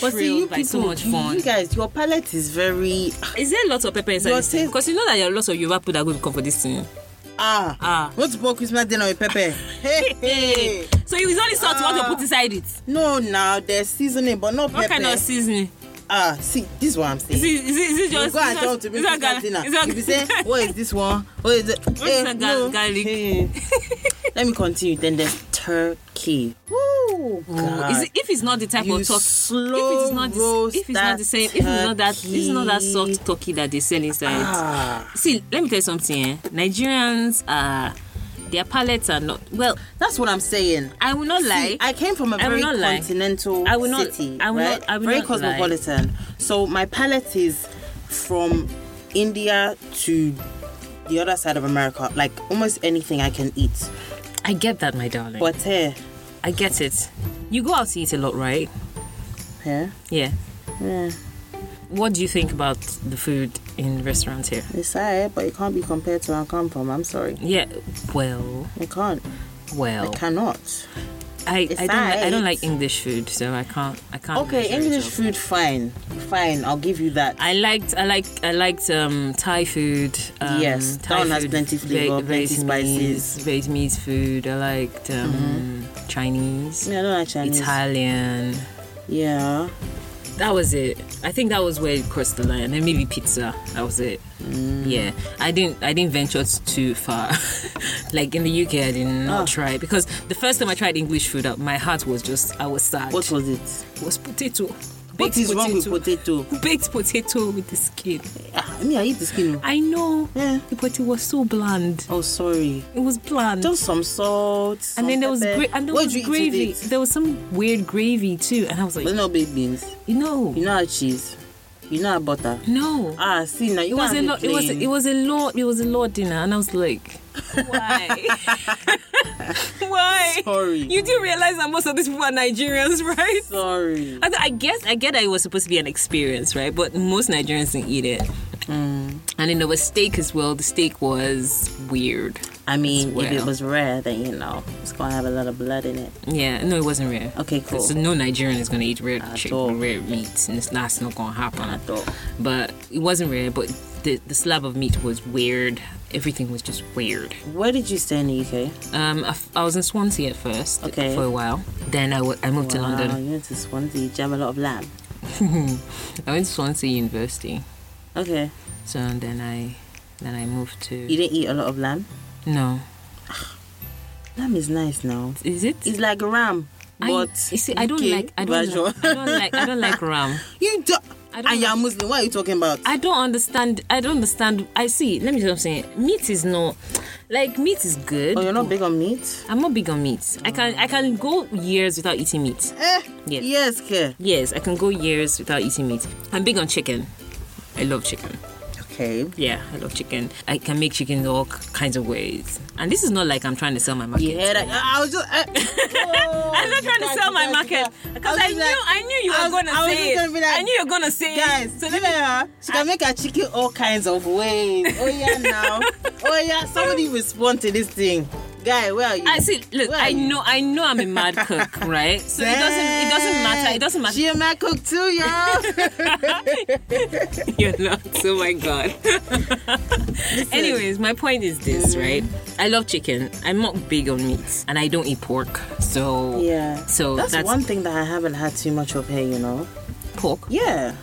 Speaker 3: But see, you
Speaker 2: thrilled by
Speaker 3: people,
Speaker 2: so much
Speaker 3: you,
Speaker 2: fun.
Speaker 3: you guys, your palate is very ah,
Speaker 2: Is there a lot of pepper inside
Speaker 3: Your
Speaker 2: this thing?
Speaker 3: taste-
Speaker 2: Because you know that there are lots of Yoruba people that are going to come for this thing.
Speaker 3: ah
Speaker 2: Ah.
Speaker 3: What's for Christmas dinner
Speaker 2: *laughs*
Speaker 3: with pepper? hey, hey.
Speaker 2: so it's only salt you want to
Speaker 3: Ah.
Speaker 2: put inside it.
Speaker 3: No, now there's seasoning, but not
Speaker 2: What
Speaker 3: pepper.
Speaker 2: kind of seasoning?
Speaker 3: Ah, see, this is what I'm saying.
Speaker 2: Is it, is it, is it
Speaker 3: You
Speaker 2: just
Speaker 3: go and
Speaker 2: is
Speaker 3: tell
Speaker 2: that-
Speaker 3: to bring
Speaker 2: is that
Speaker 3: this
Speaker 2: gar-
Speaker 3: dinner.
Speaker 2: is that-
Speaker 3: If you say, what is this one? What is it? What
Speaker 2: is that gar- garlic? *laughs*
Speaker 3: Let me continue. Then there's turkey. Woo!
Speaker 2: Oh, *laughs* is it, if it's not the type
Speaker 3: You
Speaker 2: of turkey, if it
Speaker 3: slow
Speaker 2: is not the,
Speaker 3: roast
Speaker 2: if it's not the
Speaker 3: that
Speaker 2: same, if it's not that, if it's not that
Speaker 3: turkey.
Speaker 2: soft turkey that they sell inside.
Speaker 3: Ah,
Speaker 2: See, let me tell you something. Eh? Nigerians are their palates are not well.
Speaker 3: that's what I'm saying.
Speaker 2: I will not lie.
Speaker 3: See, I came from a
Speaker 2: I will
Speaker 3: very
Speaker 2: not lie.
Speaker 3: continental
Speaker 2: I will not-
Speaker 3: city,
Speaker 2: I will
Speaker 3: right?
Speaker 2: not- I will
Speaker 3: very
Speaker 2: not lie.
Speaker 3: cosmopolitan. So my palate is from India to the other side of America. Like almost anything I can eat.
Speaker 2: I get that, my darling.
Speaker 3: But eh,
Speaker 2: I get it. You go out to eat a lot, right?
Speaker 3: yeah,
Speaker 2: Yeah.
Speaker 3: yeah,
Speaker 2: What do you think about the food in restaurants here?
Speaker 3: it's sad, but it can't be compared to where I come from. I'm sorry,
Speaker 2: Yeah. Well,
Speaker 3: it can't.
Speaker 2: well.
Speaker 3: It cannot.
Speaker 2: I, I
Speaker 3: it's
Speaker 2: don't li- I don't
Speaker 3: alright.
Speaker 2: like English food, so I can't I can't.
Speaker 3: Okay,
Speaker 2: measure it
Speaker 3: English
Speaker 2: up.
Speaker 3: food, fine, fine. I'll give you that.
Speaker 2: I liked I like I liked um Thai food. Um,
Speaker 3: Yes, that
Speaker 2: Thai
Speaker 3: one has plenty
Speaker 2: ve-
Speaker 3: flavor, plenty spices.
Speaker 2: Vietnamese, Vietnamese food. I liked um, Chinese,
Speaker 3: yeah, I don't like Chinese.
Speaker 2: Italian.
Speaker 3: Yeah.
Speaker 2: That was it. I think that was where it crossed the line. And maybe pizza. That was it.
Speaker 3: Mm.
Speaker 2: Yeah, I didn't I didn't venture too far. *laughs* like in the UK, I did not
Speaker 3: Oh.
Speaker 2: try because the first time I tried English food, uh, my heart was just I was sad.
Speaker 3: What was it?
Speaker 2: It was potato?
Speaker 3: What
Speaker 2: Baked
Speaker 3: is wrong with potato?
Speaker 2: Baked potato with the skin.
Speaker 3: Ah, me, I eat the skin.
Speaker 2: I know,
Speaker 3: Yeah.
Speaker 2: but it was so bland.
Speaker 3: Oh, sorry.
Speaker 2: It was bland.
Speaker 3: Just some salt. some
Speaker 2: and then there was
Speaker 3: pepper.
Speaker 2: gra- and there
Speaker 3: What
Speaker 2: was
Speaker 3: do you eat with
Speaker 2: gravy.
Speaker 3: it?
Speaker 2: There was some weird gravy too, and I was
Speaker 3: But
Speaker 2: like,
Speaker 3: no baked beans.
Speaker 2: you know,
Speaker 3: You know how cheese. You know how butter.
Speaker 2: no.
Speaker 3: Ah, see now you
Speaker 2: It was a
Speaker 3: can't be
Speaker 2: lot. It was
Speaker 3: playing.
Speaker 2: it was a lot. It was a lot dinner, and I was like,
Speaker 3: *laughs*
Speaker 2: why? why?
Speaker 3: Sorry.
Speaker 2: You do realize that most of these people are Nigerians, *laughs* right?
Speaker 3: sorry.
Speaker 2: I, I guess I get that it was supposed to be an experience, right? But most Nigerians didn't eat it.
Speaker 3: Mm.
Speaker 2: And then there was steak as well. The steak was weird.
Speaker 3: I mean,
Speaker 2: As
Speaker 3: if it
Speaker 2: well.
Speaker 3: was rare, then you know it's gonna have a lot of blood in it.
Speaker 2: Yeah, no, it wasn't rare.
Speaker 3: Okay, cool.
Speaker 2: So no Nigerian is gonna eat rare
Speaker 3: all.
Speaker 2: chicken, rare meat, and it's, that's not gonna happen.
Speaker 3: At all.
Speaker 2: But it wasn't rare. But the the slab of meat was weird. Everything was just weird.
Speaker 3: Where did you stay in the UK?
Speaker 2: Um, I, f- I was in Swansea at first
Speaker 3: Okay.
Speaker 2: for a while. Then I wa- I moved to
Speaker 3: Wow,
Speaker 2: London.
Speaker 3: you went to Swansea. Did you have a lot of lamb?
Speaker 2: I went to Swansea University.
Speaker 3: Okay.
Speaker 2: So then I then I moved to
Speaker 3: You didn't eat a lot of lamb.
Speaker 2: no
Speaker 3: Lamb is nice now.
Speaker 2: is it
Speaker 3: It's like ram,
Speaker 2: I-
Speaker 3: but
Speaker 2: you see, I don't
Speaker 3: UK
Speaker 2: like I don't
Speaker 3: version.
Speaker 2: like, I don't like I don't like ram.
Speaker 3: *laughs* You do.
Speaker 2: I
Speaker 3: I
Speaker 2: don't
Speaker 3: and you're
Speaker 2: like-
Speaker 3: Muslim. What are you talking about?
Speaker 2: I don't understand. I don't understand. I see. Let me just say, meat is not like meat is good.
Speaker 3: oh, you're not big on meat.
Speaker 2: I'm not big on meat. I can I can go years without eating meat.
Speaker 3: Eh.
Speaker 2: Yes.
Speaker 3: Yes, care.
Speaker 2: Yes, I can go years without eating meat. I'm big on chicken. I love chicken.
Speaker 3: Okay.
Speaker 2: Yeah, I love chicken. I can make chicken in all kinds of ways. And this is not like I'm trying to sell my market.
Speaker 3: You hear that? I I was just. I, oh,
Speaker 2: *laughs* I'm not trying to
Speaker 3: guys,
Speaker 2: sell my
Speaker 3: guys,
Speaker 2: market
Speaker 3: guys.
Speaker 2: because
Speaker 3: was
Speaker 2: I,
Speaker 3: just
Speaker 2: knew
Speaker 3: like-
Speaker 2: I knew you
Speaker 3: I
Speaker 2: were
Speaker 3: was-
Speaker 2: gonna
Speaker 3: I was
Speaker 2: say
Speaker 3: just
Speaker 2: it.
Speaker 3: gonna be like,
Speaker 2: I knew you were gonna say
Speaker 3: Guys,
Speaker 2: it.
Speaker 3: so let me, her. she can make her chicken all kinds of ways. Oh yeah, now. oh
Speaker 2: *laughs*
Speaker 3: yeah, somebody respond to this thing. Guy, where are you?
Speaker 2: I see. Look,
Speaker 3: Where are
Speaker 2: I
Speaker 3: you?
Speaker 2: know, I know, I'm a mad
Speaker 3: *laughs*
Speaker 2: cook, right? So it doesn't, it doesn't matter. It doesn't matter.
Speaker 3: She a mad cook too, y'all.
Speaker 2: *laughs* You're not. *laughs* Oh my god. Anyways, my point is this,
Speaker 3: Mm.
Speaker 2: right? I love chicken. I'm not big on meat, and I don't eat pork. So
Speaker 3: yeah.
Speaker 2: So
Speaker 3: that's,
Speaker 2: that's-
Speaker 3: one thing that I haven't had too much of here, you know.
Speaker 2: pork.
Speaker 3: Yeah.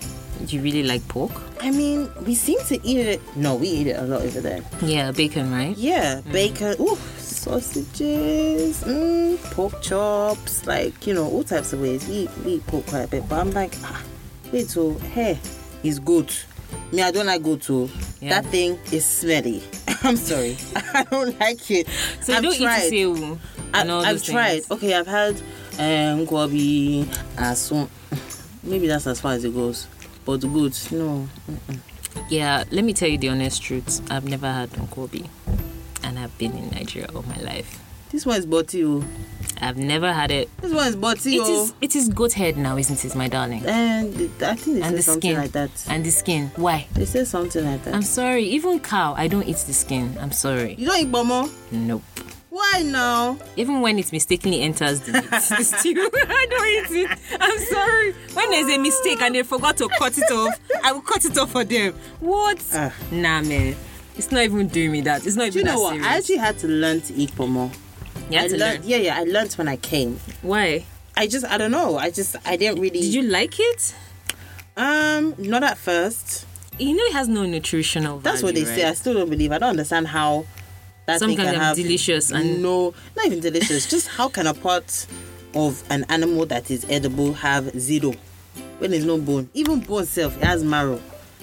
Speaker 2: Do you really like pork?
Speaker 3: I mean, we seem to eat it. No, we eat it a lot over there.
Speaker 2: Yeah, bacon, right?
Speaker 3: Yeah, bacon, ooh, sausages, mm, pork chops, like you know, all types of ways. We eat, we eat pork quite a bit, but I'm like, ah, wait, so hey, is goat. Me, I don't like goat too.
Speaker 2: Yeah.
Speaker 3: That thing is smelly. *laughs* I'm sorry, I don't like it.
Speaker 2: So you
Speaker 3: I've
Speaker 2: don't
Speaker 3: tried.
Speaker 2: eat seal.
Speaker 3: I,
Speaker 2: and all
Speaker 3: I've
Speaker 2: those
Speaker 3: tried.
Speaker 2: things.
Speaker 3: Okay, I've had um, gobi, asun. Maybe that's as far as it goes. But goat, no.
Speaker 2: Yeah, let me tell you the honest truth. I've never had onkobi, and I've been in Nigeria all my life.
Speaker 3: This one is boti. oh.
Speaker 2: I've never had it.
Speaker 3: This one is boti.
Speaker 2: It
Speaker 3: oh.
Speaker 2: is it is goat head now, isn't it, my darling?
Speaker 3: And the- I think they
Speaker 2: and
Speaker 3: said
Speaker 2: the
Speaker 3: something
Speaker 2: skin Um,
Speaker 3: like that.
Speaker 2: and the skin why
Speaker 3: They said something like that.
Speaker 2: i'm sorry even cow i don't eat the skin i'm sorry
Speaker 3: you don't eat bomo?
Speaker 2: nope
Speaker 3: Why now?
Speaker 2: even when it mistakenly enters the, the *laughs* stew i don't eat it i'm sorry when there's a mistake and they forgot to cut it off i will cut it off for them what
Speaker 3: Ah.
Speaker 2: nah man it's not even doing me that it's not even
Speaker 3: Do you know
Speaker 2: that
Speaker 3: what? I
Speaker 2: serious
Speaker 3: actually had to learn to eat bomo.
Speaker 2: you
Speaker 3: I
Speaker 2: had to
Speaker 3: learned,
Speaker 2: learn.
Speaker 3: yeah, yeah. I learned when I came.
Speaker 2: why
Speaker 3: I just, I don't know. I just, I didn't really.
Speaker 2: did you like it
Speaker 3: Um, not at first.
Speaker 2: You know, it has no nutritional.
Speaker 3: That's what they
Speaker 2: value,
Speaker 3: say. I
Speaker 2: right?
Speaker 3: still don't believe. I don't understand how that
Speaker 2: Some
Speaker 3: thing
Speaker 2: kind
Speaker 3: can
Speaker 2: of
Speaker 3: have
Speaker 2: delicious and-
Speaker 3: no, not even delicious. *laughs* just how can a part of an animal that is edible have zero when there's no bone? Even bone itself, it has marrow.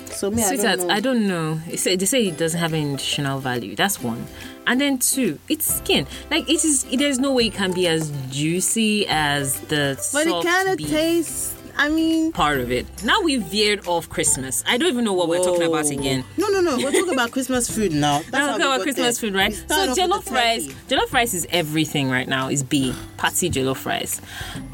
Speaker 3: So me, I
Speaker 2: Sweetheart,
Speaker 3: don't know.
Speaker 2: I don't know. It say- They say it doesn't have any nutritional value. That's one. And then two, it's skin. Like it is. There's no way it can be as juicy as the.
Speaker 3: but it
Speaker 2: soft
Speaker 3: kind of
Speaker 2: beef
Speaker 3: tastes. I mean,
Speaker 2: part of it. Now we veered off Christmas. I don't even know what Oh, we're talking about
Speaker 3: whoa.
Speaker 2: again.
Speaker 3: No, no, no.
Speaker 2: *laughs*
Speaker 3: We're talking about Christmas food now. That's
Speaker 2: Now
Speaker 3: how
Speaker 2: we're
Speaker 3: we
Speaker 2: talking about
Speaker 3: got
Speaker 2: Christmas
Speaker 3: there.
Speaker 2: food, right?
Speaker 3: We started
Speaker 2: So
Speaker 3: off with
Speaker 2: jollof
Speaker 3: the
Speaker 2: rice,
Speaker 3: turkey.
Speaker 2: jollof rice is everything right now. Is B Patsy jollof rice.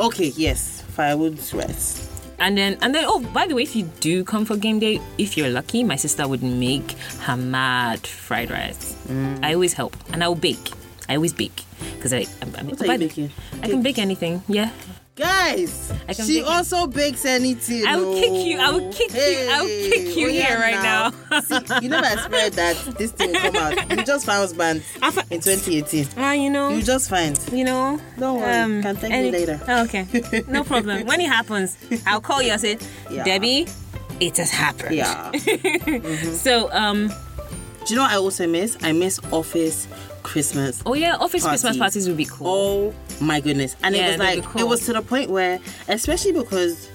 Speaker 3: Okay, yes, firewood rice.
Speaker 2: And then, and then, oh, by the way, if you do come for game day, if you're lucky, my sister would make her mad fried rice.
Speaker 3: Mm.
Speaker 2: I always help, and I will bake. I always bake because I, I'm, I'm,
Speaker 3: What are you
Speaker 2: by the-
Speaker 3: baking?
Speaker 2: I can bake anything. Yeah,
Speaker 3: Guys,
Speaker 2: I can
Speaker 3: she
Speaker 2: bake it.
Speaker 3: also bakes anything.
Speaker 2: I will kick you- I will
Speaker 3: oh.
Speaker 2: kick you- I will kick you
Speaker 3: oh yeah,
Speaker 2: here right now.
Speaker 3: See, you never expect that this thing will come out. You just found band
Speaker 2: *laughs* I fi-
Speaker 3: in 2018.
Speaker 2: Ah, you know,
Speaker 3: You
Speaker 2: you,
Speaker 3: just find.
Speaker 2: know.
Speaker 3: Don't worry,
Speaker 2: Um,
Speaker 3: can thank me
Speaker 2: *laughs*
Speaker 3: later.
Speaker 2: Oh,
Speaker 3: *laughs*
Speaker 2: okay, no problem. when it happens, I'll call you. and say,
Speaker 3: Yeah.
Speaker 2: Debbie, it has happened.
Speaker 3: Yeah. Do
Speaker 2: So, um,
Speaker 3: you know what I also miss? I miss office Christmas.
Speaker 2: oh yeah, office Christmas
Speaker 3: Parties.
Speaker 2: parties would be cool.
Speaker 3: Oh my goodness. And
Speaker 2: Yeah,
Speaker 3: it was
Speaker 2: that'd be
Speaker 3: like,
Speaker 2: cool.
Speaker 3: it was to the point where, especially because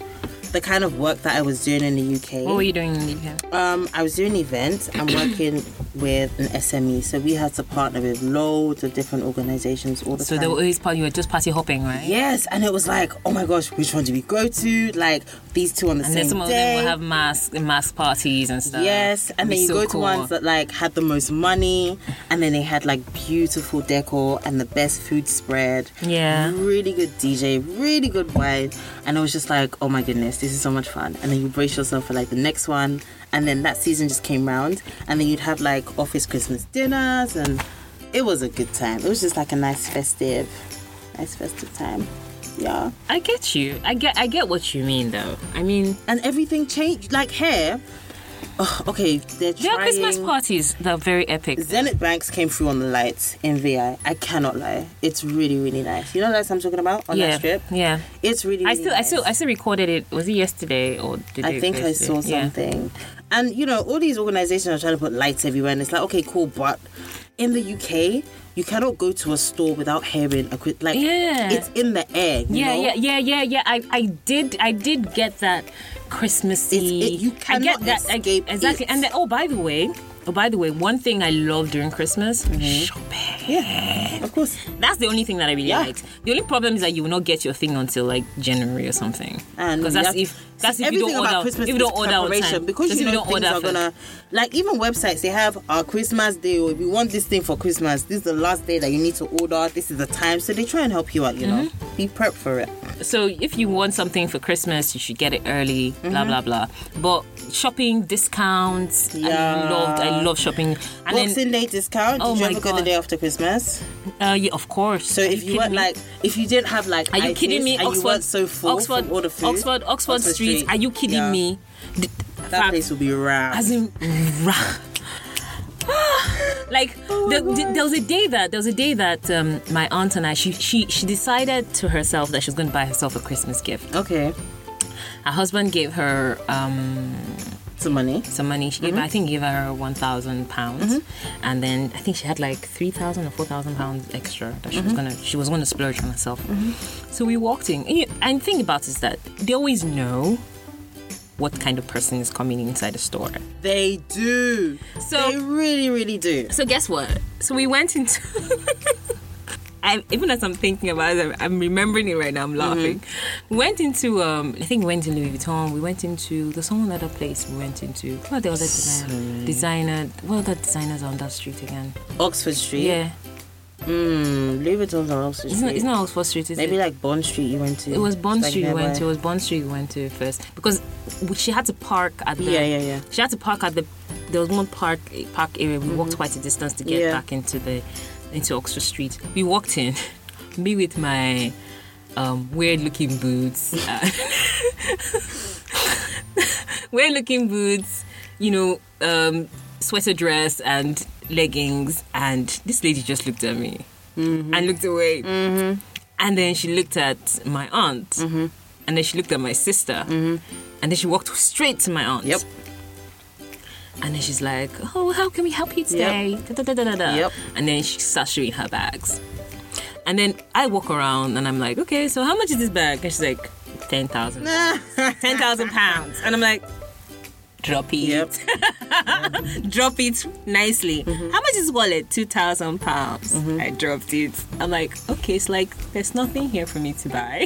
Speaker 3: the kind of work that I was doing in the UK.
Speaker 2: What were you doing in the weekend?
Speaker 3: Um, I was doing events.
Speaker 2: *clears throat*
Speaker 3: I'm working with an SME, so we had to partner with loads of different organizations all the
Speaker 2: So
Speaker 3: time.
Speaker 2: there were always part you were just party hopping, right?
Speaker 3: yes, and it was like, oh my gosh, which one do we go to? Like these two on the
Speaker 2: And
Speaker 3: same
Speaker 2: then some of
Speaker 3: day.
Speaker 2: them will have mask mask parties and stuff.
Speaker 3: Yes, and
Speaker 2: Be
Speaker 3: then you
Speaker 2: so
Speaker 3: go to
Speaker 2: cool.
Speaker 3: ones that like had the most money, and then they had like beautiful decor and the best food spread.
Speaker 2: Yeah.
Speaker 3: really good DJ, really good wine, and I was just like, oh my goodness, this is so much fun. And then you brace yourself for like the next one, and then that season just came round, and then you'd have like office Christmas dinners, and it was a good time. It was just like a nice festive, nice festive time. Yeah.
Speaker 2: I get you. I get I get what you mean though. I mean
Speaker 3: And everything changed. Like here, ugh, okay,
Speaker 2: there
Speaker 3: they're trying.
Speaker 2: are Christmas parties that are very epic.
Speaker 3: Zenit Banks came through on the lights in VI. I cannot lie. It's really, really nice. You know the lights I'm talking about on
Speaker 2: yeah.
Speaker 3: that strip?
Speaker 2: Yeah.
Speaker 3: It's really,
Speaker 2: I
Speaker 3: really
Speaker 2: still I
Speaker 3: nice.
Speaker 2: still I still recorded it. Was it yesterday or did
Speaker 3: I think I saw something. And you know, all these organizations are trying to put lights everywhere and it's like, okay, cool, but in the UK, you cannot go to a store without hearing a quick like
Speaker 2: Yeah.
Speaker 3: it's in the air. you
Speaker 2: Yeah,
Speaker 3: know?
Speaker 2: yeah, yeah, yeah, yeah. I, I did, I did get that Christmassy.
Speaker 3: It's- it- you
Speaker 2: I get
Speaker 3: cannot
Speaker 2: that I-
Speaker 3: escape
Speaker 2: exactly.
Speaker 3: it.
Speaker 2: And then, oh, by the way, oh, by the way, one thing I love during Christmas,
Speaker 3: Mm-hmm.
Speaker 2: shopping.
Speaker 3: Of course.
Speaker 2: That's the only thing that I really
Speaker 3: Yeah.
Speaker 2: liked. The only problem is that you will not get your thing until like January or something.
Speaker 3: And
Speaker 2: Because
Speaker 3: you
Speaker 2: that's
Speaker 3: have-
Speaker 2: if that's
Speaker 3: See,
Speaker 2: if you
Speaker 3: everything
Speaker 2: don't order
Speaker 3: about Christmas
Speaker 2: if you don't
Speaker 3: is
Speaker 2: order on
Speaker 3: preparation,
Speaker 2: time.
Speaker 3: because
Speaker 2: Just
Speaker 3: you
Speaker 2: if
Speaker 3: know
Speaker 2: you don't
Speaker 3: things
Speaker 2: order
Speaker 3: are
Speaker 2: first.
Speaker 3: gonna like even websites they have our Christmas day or we want this thing for Christmas. This is the last day that you need to order. This is the time, so they try and help you out. You
Speaker 2: Mm-hmm.
Speaker 3: know, be prepped for it.
Speaker 2: So if you want something for Christmas, you should get it early.
Speaker 3: Mm-hmm.
Speaker 2: Blah blah blah. But shopping discounts. I
Speaker 3: Yeah.
Speaker 2: loved I love shopping. And then
Speaker 3: Boxing Day discount.
Speaker 2: Oh
Speaker 3: Did you
Speaker 2: my
Speaker 3: ever go the
Speaker 2: God.
Speaker 3: day after Christmas?
Speaker 2: uh, yeah, of course.
Speaker 3: So if
Speaker 2: kidding
Speaker 3: you, weren't
Speaker 2: me?
Speaker 3: like, if you didn't have like,
Speaker 2: Are you
Speaker 3: itis
Speaker 2: kidding me?
Speaker 3: And
Speaker 2: Oxford,
Speaker 3: you weren't so full
Speaker 2: Oxford,
Speaker 3: from all the food.
Speaker 2: Oxford, Oxford, Street. Are you kidding
Speaker 3: Yeah.
Speaker 2: me? D-
Speaker 3: That
Speaker 2: fact-
Speaker 3: place will be round.
Speaker 2: as in rah. like the, the- there was a day that there was a day that um, my aunt and I she, she she decided to herself that she was going to buy herself a Christmas gift.
Speaker 3: okay,
Speaker 2: Her husband gave her um,
Speaker 3: some money.
Speaker 2: some money. She gave I think gave her one pounds, and then I think she had like three thousand or four thousand pounds extra that she was gonna she was gonna splurge on herself. So we walked in, and, you, and the thing about it is that they always know what kind of person is coming inside the store.
Speaker 3: They do.
Speaker 2: So-
Speaker 3: they really, really do.
Speaker 2: So guess what? So we went into. *laughs* I, even as I'm thinking about it, I'm, I'm remembering it right now.
Speaker 3: Mm-hmm.
Speaker 2: I'm laughing. We went into, um, I think we went into Louis Vuitton. We went into there's some other place we went into. What are the other designer? Designer. What other designers are on that street again?
Speaker 3: Oxford Street.
Speaker 2: Yeah,
Speaker 3: Mm, Louis Vuitton's on Oxford
Speaker 2: it's
Speaker 3: Street.
Speaker 2: not. It's not Oxford Street. Is
Speaker 3: Maybe
Speaker 2: it?
Speaker 3: like Bond Street you went to.
Speaker 2: it was Bond
Speaker 3: Like
Speaker 2: Street we went
Speaker 3: nearby.
Speaker 2: to. It was Bond Street we went to first because we- she had to park at the.
Speaker 3: Yeah, yeah, yeah.
Speaker 2: She had to park at the. There was one park park area. We walked quite a distance to get
Speaker 3: Mm-hmm. Yeah.
Speaker 2: back into the into Oxford Street. We walked in, *laughs* me with my um, weird looking boots, uh, *laughs* weird looking boots, you know, um, sweater dress and leggings, and this lady just looked at
Speaker 3: Mm-hmm. Mm-hmm.
Speaker 2: me and looked away. And then she looked at my aunt and then she looked at my sister, and then she walked straight to my aunt.
Speaker 3: Yep.
Speaker 2: And then she's like, "Oh, how can we help you today?" Da, da, da, da, da, da.
Speaker 3: Yep.
Speaker 2: And then she starts showing her bags, and then I walk around and I'm like, "Okay, so how much is this bag?" And she's like, 10,000
Speaker 3: *laughs*
Speaker 2: ten thousand pounds, and I'm like, drop it,
Speaker 3: Yep.
Speaker 2: drop it nicely. How much is wallet? Two thousand pounds.
Speaker 3: Mm-hmm.
Speaker 2: I dropped it. I'm like, okay, it's like there's nothing here for me to buy.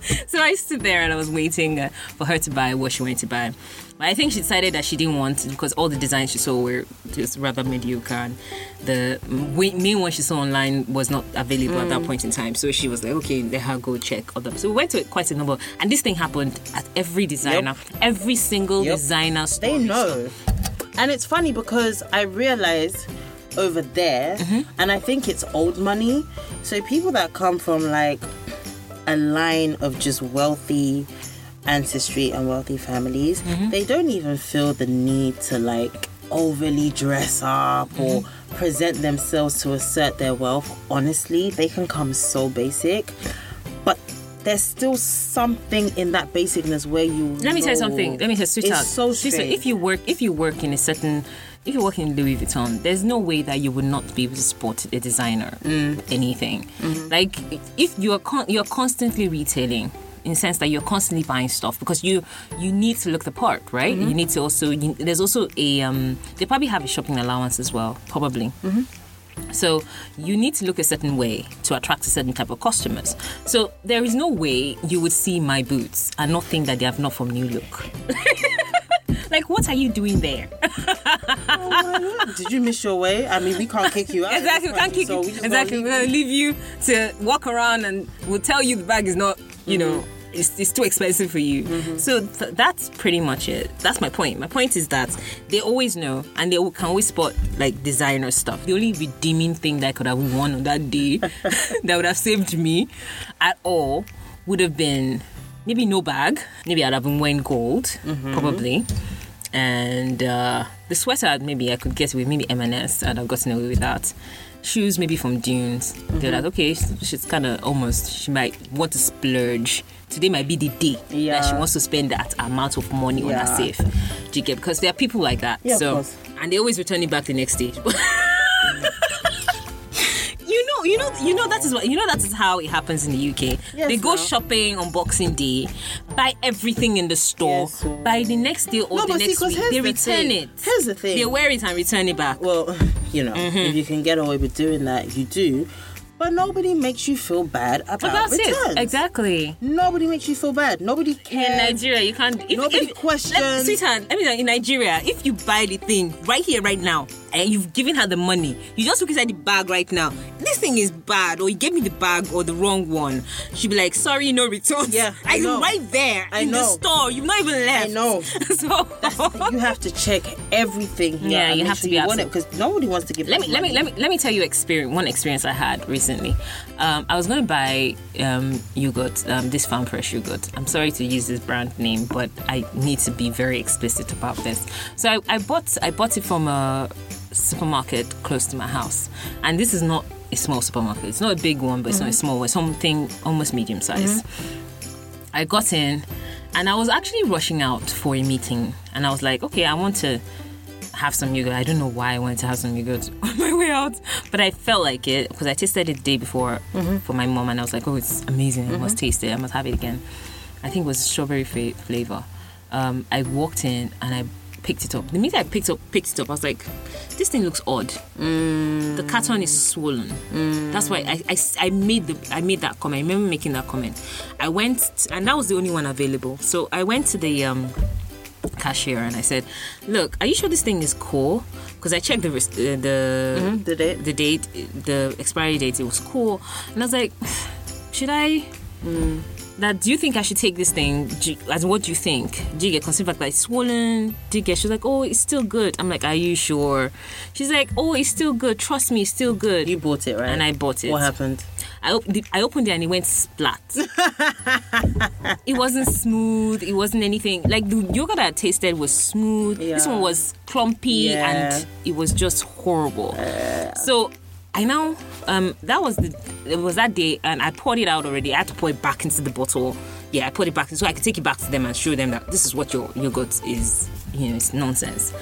Speaker 2: *laughs* so I stood there and I was waiting uh, for her to buy what she wanted to buy. But I think she decided that she didn't want because all the designs she saw were just rather mediocre. And the we- main one she saw online was not available at that
Speaker 3: Mm.
Speaker 2: point in time. So she was like, okay, let her go check other. So we went to quite a number. And this thing happened at every designer, every single
Speaker 3: Yep.
Speaker 2: designer store.
Speaker 3: They know. And it's funny because I realized over there,
Speaker 2: Mm-hmm.
Speaker 3: and I think it's old money. So people that come from like a line of just wealthy ancestry and wealthy families,
Speaker 2: Mm-hmm.
Speaker 3: they don't even feel the need to like overly dress up or
Speaker 2: Mm-hmm.
Speaker 3: present themselves to assert their wealth. Honestly, they can come so basic, but there's still something in that basicness where you.
Speaker 2: Let me tell you
Speaker 3: know
Speaker 2: something. Let me just switch
Speaker 3: it's
Speaker 2: out.
Speaker 3: so
Speaker 2: Sister,
Speaker 3: strange.
Speaker 2: if you work, if you work in a certain, if you work in Louis Vuitton, there's no way that you would not be able to support a designer
Speaker 3: Mm.
Speaker 2: anything.
Speaker 3: Mm-hmm.
Speaker 2: Like if you are con- you're constantly retailing. In the sense that you're constantly buying stuff because you you need to look the part, right?
Speaker 3: Mm-hmm.
Speaker 2: You need to also you, there's also a um, they probably have a shopping allowance as well, probably. So you need to look a certain way to attract a certain type of customers. So there is no way you would see my boots and not think that they have not from New Look. *laughs* like what are you doing there?
Speaker 3: Did you miss your way? I mean, we can't kick
Speaker 2: *laughs*
Speaker 3: you out. of
Speaker 2: exactly.
Speaker 3: this
Speaker 2: We can't
Speaker 3: country,
Speaker 2: kick you.
Speaker 3: so we just
Speaker 2: exactly. We're
Speaker 3: gonna
Speaker 2: gonna
Speaker 3: leave
Speaker 2: leave you to walk around and we'll tell you the bag is not, you know,
Speaker 3: Mm-hmm.
Speaker 2: it's, it's too expensive for you. So th- that's pretty much it. That's my point. My point is that they always know and they can always spot like designer stuff. The only redeeming thing that I could have won on that
Speaker 3: *laughs*
Speaker 2: day *laughs* that would have saved me at all would have been maybe no bag. Maybe I'd have been wearing gold,
Speaker 3: Mm-hmm.
Speaker 2: probably. And uh, the sweater, maybe I could get away. Maybe M&S, I'd have gotten away with that. Shoes, maybe from Dunes.
Speaker 3: Mm-hmm.
Speaker 2: They're like, okay, she's- she's kind of almost. She might want to splurge. Today might be the day that she
Speaker 3: Yeah.
Speaker 2: wants to spend that amount of money on her
Speaker 3: Yeah.
Speaker 2: safe. Do you get? Because there are people like that.
Speaker 3: Yeah, of
Speaker 2: so,
Speaker 3: course.
Speaker 2: and they always return it back the next day. *laughs* You know, you know, you know that is what you know that is how it happens in the UK.
Speaker 3: Yes,
Speaker 2: they go
Speaker 3: ma'am.
Speaker 2: shopping on Boxing Day, buy everything in the store.
Speaker 3: Yes, ma'am.
Speaker 2: by the next day or
Speaker 3: No,
Speaker 2: the
Speaker 3: but see,
Speaker 2: next
Speaker 3: 'cause
Speaker 2: week,
Speaker 3: here's
Speaker 2: they
Speaker 3: the
Speaker 2: return
Speaker 3: thing.
Speaker 2: it.
Speaker 3: Here's the thing.
Speaker 2: They wear it and return it back.
Speaker 3: Well, *laughs* you know, if
Speaker 2: Mm-hmm.
Speaker 3: you can get away with doing that, you do. But nobody makes you feel bad about,
Speaker 2: About
Speaker 3: returns.
Speaker 2: it, exactly.
Speaker 3: Nobody makes you feel bad. Nobody cares.
Speaker 2: In Nigeria, you can't. If,
Speaker 3: Nobody
Speaker 2: if,
Speaker 3: questions.
Speaker 2: Let, sweetheart, let me tell you, in Nigeria, if you buy the thing right here, right now, and you've given her the money, you just look inside the bag right now. This thing is bad, or you gave me the bag or the wrong one. She'd be like, "Sorry, no returns."
Speaker 3: Yeah,
Speaker 2: I *laughs*
Speaker 3: I know.
Speaker 2: right there
Speaker 3: I
Speaker 2: in the
Speaker 3: know.
Speaker 2: store. You've not even left. *laughs*
Speaker 3: know.
Speaker 2: so
Speaker 3: You have to check everything here.
Speaker 2: Yeah,
Speaker 3: and
Speaker 2: you
Speaker 3: make
Speaker 2: have to
Speaker 3: sure
Speaker 2: be
Speaker 3: you want it
Speaker 2: absolute.
Speaker 3: because nobody wants to give.
Speaker 2: let
Speaker 3: up
Speaker 2: me let me
Speaker 3: money.
Speaker 2: let me let me tell you experience one experience I had recently. Um, I was going to buy um, yogurt, um, this farm fresh yogurt. I'm sorry to use this brand name, but I need to be very explicit about this. So I, I bought I bought it from a supermarket close to my house, and this is not a small supermarket. It's not a big one, but it's not a small one. Something almost medium sized. I got in and I was actually rushing out for a meeting and I was like, okay, I want to have some yogurt. I don't know why I wanted to *laughs* have some yogurt on my way out, but I felt like it because I tasted it the day before for my mom and I was like, oh, it's amazing. I must taste it. I must have it again. I think it was strawberry fa- flavor. Um, I walked in and I picked it up. The minute I picked up picked it up, I was like, this thing looks odd. The carton is swollen.
Speaker 3: Mm.
Speaker 2: That's why I, I s- I made the I made that comment. I remember making that comment. I went t- and that was the only one available. So I went to the um, cashier and I said, "Look, are you sure this thing is cool? Because I checked the res- uh, the
Speaker 3: Mm-hmm. the date.
Speaker 2: the date, the expiry date. It was cool, and I was like, should I? Now, do you think I should take this thing? Do you- as in, what do you think? Do you get concerned about like swollen? Do you get? She's like, oh, it's still good. I'm like, are you sure? She's like, oh, it's still good. Trust me, it's still good.
Speaker 3: You bought it, right?
Speaker 2: And I bought it.
Speaker 3: What happened?
Speaker 2: I, op- the- I opened it and it went
Speaker 3: *laughs*
Speaker 2: splat. it wasn't smooth. It wasn't anything. Like the yogurt that I tasted was smooth. This
Speaker 3: Yeah.
Speaker 2: one was clumpy
Speaker 3: Yeah.
Speaker 2: and it was just horrible. so I know um, that was the it was that day, and I poured it out already. I had to pour it back into the bottle. Yeah, I poured it back so I could take it back to them and show them that this is what your yogurt is. You know, it's nonsense.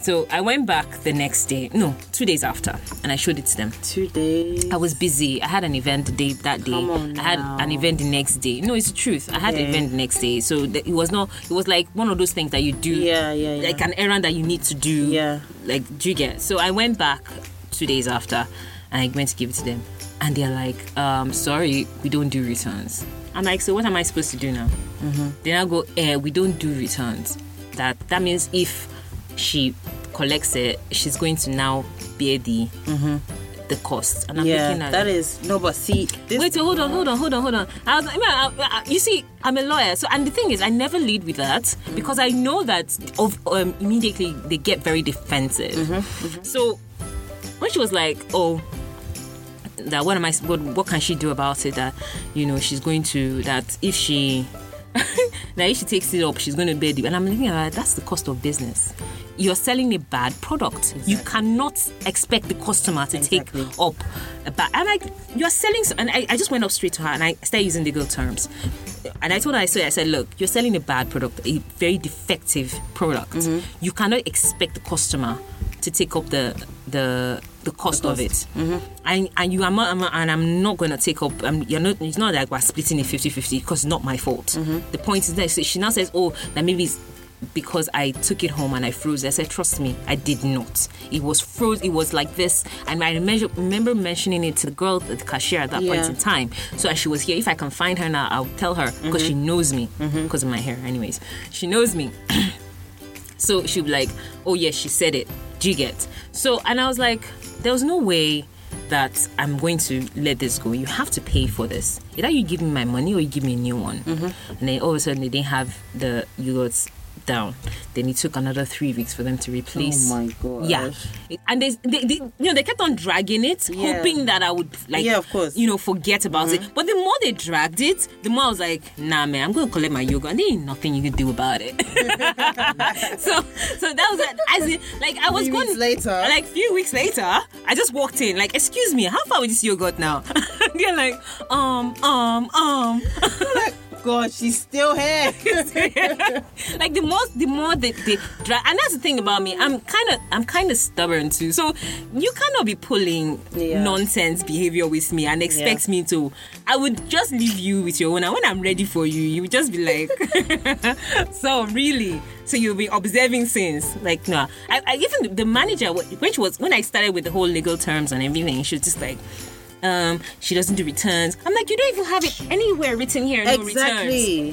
Speaker 2: So I went back the next day, no, two days after, and I showed it to them.
Speaker 3: Two days.
Speaker 2: I was busy. I had an event the day that day.
Speaker 3: Come on
Speaker 2: I had
Speaker 3: now.
Speaker 2: an event the next day. No, it's the truth. I had an
Speaker 3: Okay.
Speaker 2: event the next day, so th- it was not. It was like one of those things that you do,
Speaker 3: Yeah, yeah, yeah.
Speaker 2: like an errand that you need to do.
Speaker 3: Yeah.
Speaker 2: like do you get? So I went back two days after, and I went to give it to them, and they're like, um, "Sorry, we don't do returns." I'm like, "So what am I supposed to do now?"
Speaker 3: Mm-hmm.
Speaker 2: Then I go, eh, we don't do returns. That that means if she collects it, she's going to now bear the
Speaker 3: Mm-hmm.
Speaker 2: the cost. And I'm
Speaker 3: yeah,
Speaker 2: looking at
Speaker 3: that
Speaker 2: it.
Speaker 3: is no, but see, this
Speaker 2: Wait, so hold on, hold on, hold on, hold on. I was like, man, I, I, you see, I'm a lawyer, so and the thing is, I never lead with that because I know that of, um, immediately they get very defensive.
Speaker 3: Mm-hmm,
Speaker 2: So when she was like, oh, that what am I? What, what can she do about it? That you know she's going to that if she *laughs* that if she takes it up, she's going to bed. And I'm thinking like, that's the cost of business. You're selling a bad product. You cannot expect the customer to
Speaker 3: Exactly.
Speaker 2: take up a bad. And I, you're selling. s- And I, I just went up straight to her and I started using legal terms. And I told her, I said, I said, look, you're selling a bad product, a very defective product. You cannot expect the customer to take up the the the cost, Mm-hmm. of it. And and you are not, I'm- and I'm not going to take up. Um, you're not. It's not like we're splitting it 50-50 because it's not my fault. The point is that so she now says, oh, that maybe it's because I took it home and I froze. it." I said, trust me, I did not. It was froze. It was like this, and I remember, remember mentioning it to the girl, the cashier at that point
Speaker 3: Yeah.
Speaker 2: in time. So as she was here, if I can find her now, I'll tell her because she knows me because of my hair. Anyways, she knows me. So she'd be like, oh, yes, she said it. Do you get? So, and I was like, there was no way that I'm going to let this go. You have to pay for this. Either you give me my money or you give me a new one.
Speaker 3: Mm-hmm.
Speaker 2: And then all of a sudden, they didn't have the yogurts down. Then it took another three weeks for them to replace.
Speaker 3: Oh, my gosh.
Speaker 2: Yeah. It- And they, they, they, you know, they kept on dragging it,
Speaker 3: Yeah.
Speaker 2: hoping that I would, like,
Speaker 3: Yeah, of course. Mm-hmm.
Speaker 2: you know, forget about it. But the more they dragged it, the more I was like, nah, man, I'm going to collect my yogurt. And there ain't nothing you can do about it. *laughs* so so that was it. As in, like I was
Speaker 3: Few
Speaker 2: going
Speaker 3: weeks later.
Speaker 2: Like few weeks later, I just walked in. Like, excuse me, how far with this yogurt now? *laughs* They're like, um, um, um.
Speaker 3: God, she's
Speaker 2: *laughs*
Speaker 3: still here.
Speaker 2: like the most, the more they, they dra and that's the thing about me. I'm kind of, I'm kind of stubborn too. So you cannot be pulling
Speaker 3: Yeah.
Speaker 2: nonsense behavior with me and expect me to. I would just leave you with your own. And when I'm ready for you, you would just be like, *laughs* so really. So you've been observing since, like no. I, I even the manager, which was when I started with the whole legal terms and everything, she was just like. Um, she doesn't do returns. I'm like, you don't even have it anywhere written here. No returns.
Speaker 3: exactly.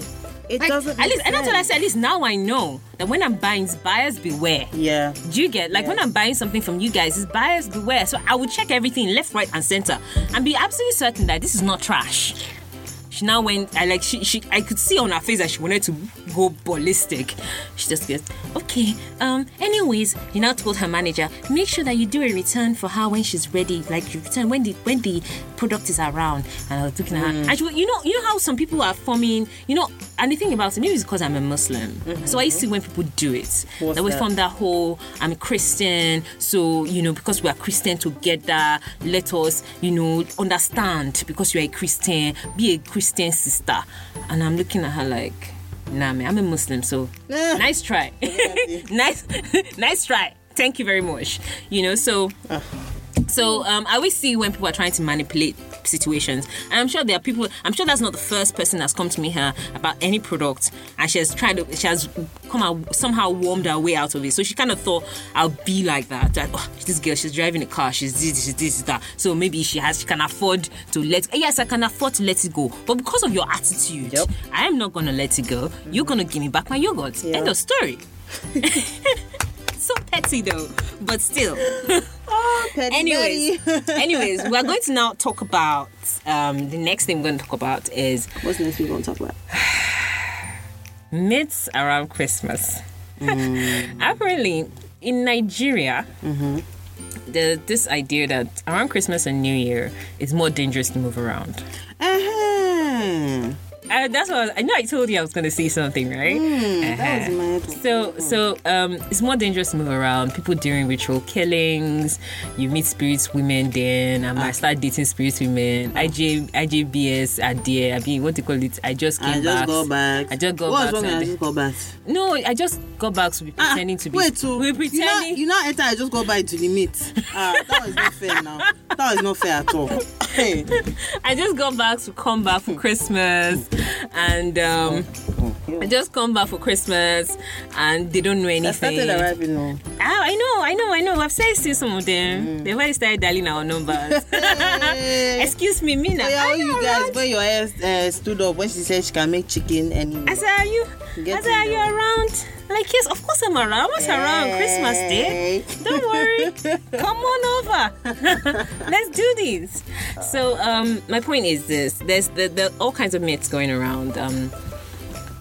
Speaker 3: It
Speaker 2: Like,
Speaker 3: doesn't.
Speaker 2: at
Speaker 3: make
Speaker 2: least, and that's what I
Speaker 3: sense.
Speaker 2: said. At least now I know that when I'm buying, it's buyers beware.
Speaker 3: Yeah.
Speaker 2: Do you get like when
Speaker 3: Yes.
Speaker 2: I'm buying something from you guys, it's buyers beware. So I would check everything left, right, and center, and be absolutely certain that this is not trash. She now went. I like she. She. I could see on her face that she wanted to go ballistic. She just goes, okay. Um. Anyways, you now told her manager, make sure that you do a return for her when she's ready. Like you return when the when the product is around. And I was looking at her. And she, wa- you know, you know how some people are forming. You know, and the thing about it, maybe it's because I'm a Muslim. So I see when people do it.
Speaker 3: What's
Speaker 2: that we
Speaker 3: that?
Speaker 2: form that whole I'm a Christian, so you know, because we are Christian together, let us, you know, understand because you're a Christian, be a Christian sister. And I'm looking at her like, nah man, I'm a Muslim, so
Speaker 3: *laughs* Eh.
Speaker 2: nice try. *laughs* nice nice try. Thank you very much. You know, so so um, I always see when people are trying to manipulate situations, and I'm sure there are people. I'm sure that's not the first person that's come to me here about any product, and she has tried. To, she has come out somehow warmed her way out of it. So she kind of thought I'll be like that. That oh, this girl, she's driving a car. She's this, she's this, she's that. So maybe she has. She can afford to let. Yes, I can afford to let it go. But because of your attitude,
Speaker 3: Yep.
Speaker 2: I am not gonna let it go. You're gonna give me back my yogurt.
Speaker 3: Yeah.
Speaker 2: End of story. *laughs* so petty though, but still.
Speaker 3: Oh, Petty
Speaker 2: anyways,
Speaker 3: Betty. *laughs*
Speaker 2: anyways, we're going to now talk about um, the next thing we're going to talk about is
Speaker 3: What's next we gonna talk about?
Speaker 2: myths around Christmas. *laughs* Apparently, in Nigeria, there's this idea that around Christmas and New Year it's more dangerous to move around.
Speaker 3: Uh-huh.
Speaker 2: I, Uh, that's what I, was, I know. I told you I was going to say something, right?
Speaker 3: Hmm,
Speaker 2: Uh-huh.
Speaker 3: That was mad.
Speaker 2: So, so um, it's more dangerous to move around. People during ritual killings, you meet spirits women. Then um, I
Speaker 3: Ah.
Speaker 2: start dating spirits women. IJ, IJBS, I did. I mean, what do you call it? I just came
Speaker 3: I
Speaker 2: back.
Speaker 3: just got back.
Speaker 2: I just got
Speaker 3: What's
Speaker 2: back.
Speaker 3: wrong? with
Speaker 2: and-
Speaker 3: I just got
Speaker 2: *laughs*
Speaker 3: back.
Speaker 2: no, I just got back to be
Speaker 3: Ah,
Speaker 2: pretending to be.
Speaker 3: Wait, to
Speaker 2: we're pretending.
Speaker 3: You know, you know enter. I just got back to the meat. Ah, that was not fair. Now that was not fair at all. Hey,
Speaker 2: I just got back to come back for Christmas, and
Speaker 3: *laughs*
Speaker 2: um, I just come back for Christmas, and they don't know anything.
Speaker 3: I started arriving now.
Speaker 2: Ah, I know, I know, I know. I've said still some of them. They've already started dialing our numbers.
Speaker 3: Mm. *laughs* Hey.
Speaker 2: Excuse me, Mina.
Speaker 3: Yeah,
Speaker 2: I
Speaker 3: all you
Speaker 2: know,
Speaker 3: guys,
Speaker 2: right?
Speaker 3: when your ass uh, stood up, when she said she can make chicken anyway.
Speaker 2: I said, are you? I
Speaker 3: Get
Speaker 2: said, are
Speaker 3: in
Speaker 2: you
Speaker 3: there.
Speaker 2: around? Like, yes, of course I'm around. I'm around Christmas Day.
Speaker 3: Hey.
Speaker 2: Don't worry. Come on over. *laughs* Let's do this. So, um, my point is this: there's the, the all kinds of myths going around. Um,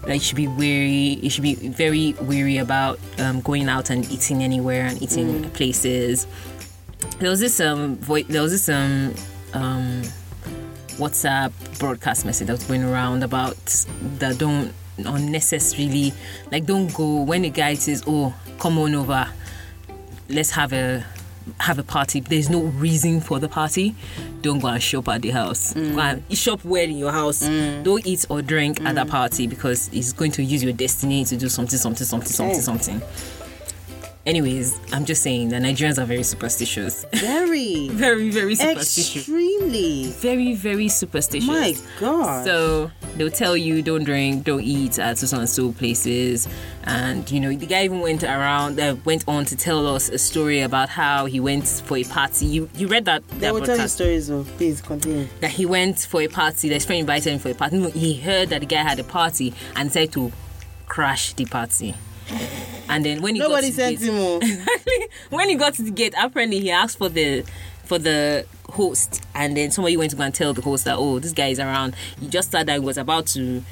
Speaker 2: like you should be wary. You should be very wary about um, going out and eating anywhere and eating places. There was this um, voi there was this um, um, WhatsApp broadcast message that was going around about that don't unnecessarily like don't go when a guy says oh come on over let's have a have a party there's no reason for the party don't go and shop at the house go and shop well in your house don't eat or drink at that party because it's going to use your destiny to do something something something something
Speaker 3: Okay.
Speaker 2: something anyways i'm just saying that nigerians are very superstitious *laughs*
Speaker 3: Very,
Speaker 2: very very superstitious
Speaker 3: extremely.
Speaker 2: very very superstitious
Speaker 3: My God.
Speaker 2: so they'll tell you don't drink, don't eat at so and so places, and you know the guy even went around, uh, went on to tell us a story about how he went for a party. You you read that
Speaker 3: they
Speaker 2: that
Speaker 3: will tell you
Speaker 2: broadcast
Speaker 3: stories of. Please continue.
Speaker 2: that he went for a party. that His friend invited him for a party. No, he heard that the guy had a party and said to crash the party. And then when he
Speaker 3: Nobody
Speaker 2: got to the
Speaker 3: sent
Speaker 2: gate-
Speaker 3: him.
Speaker 2: *laughs*
Speaker 3: oh.
Speaker 2: Exactly. when he got to the gate, apparently he asked for the for the host, and then somebody went to go and tell the host that oh, this guy is around. He just said that he was about to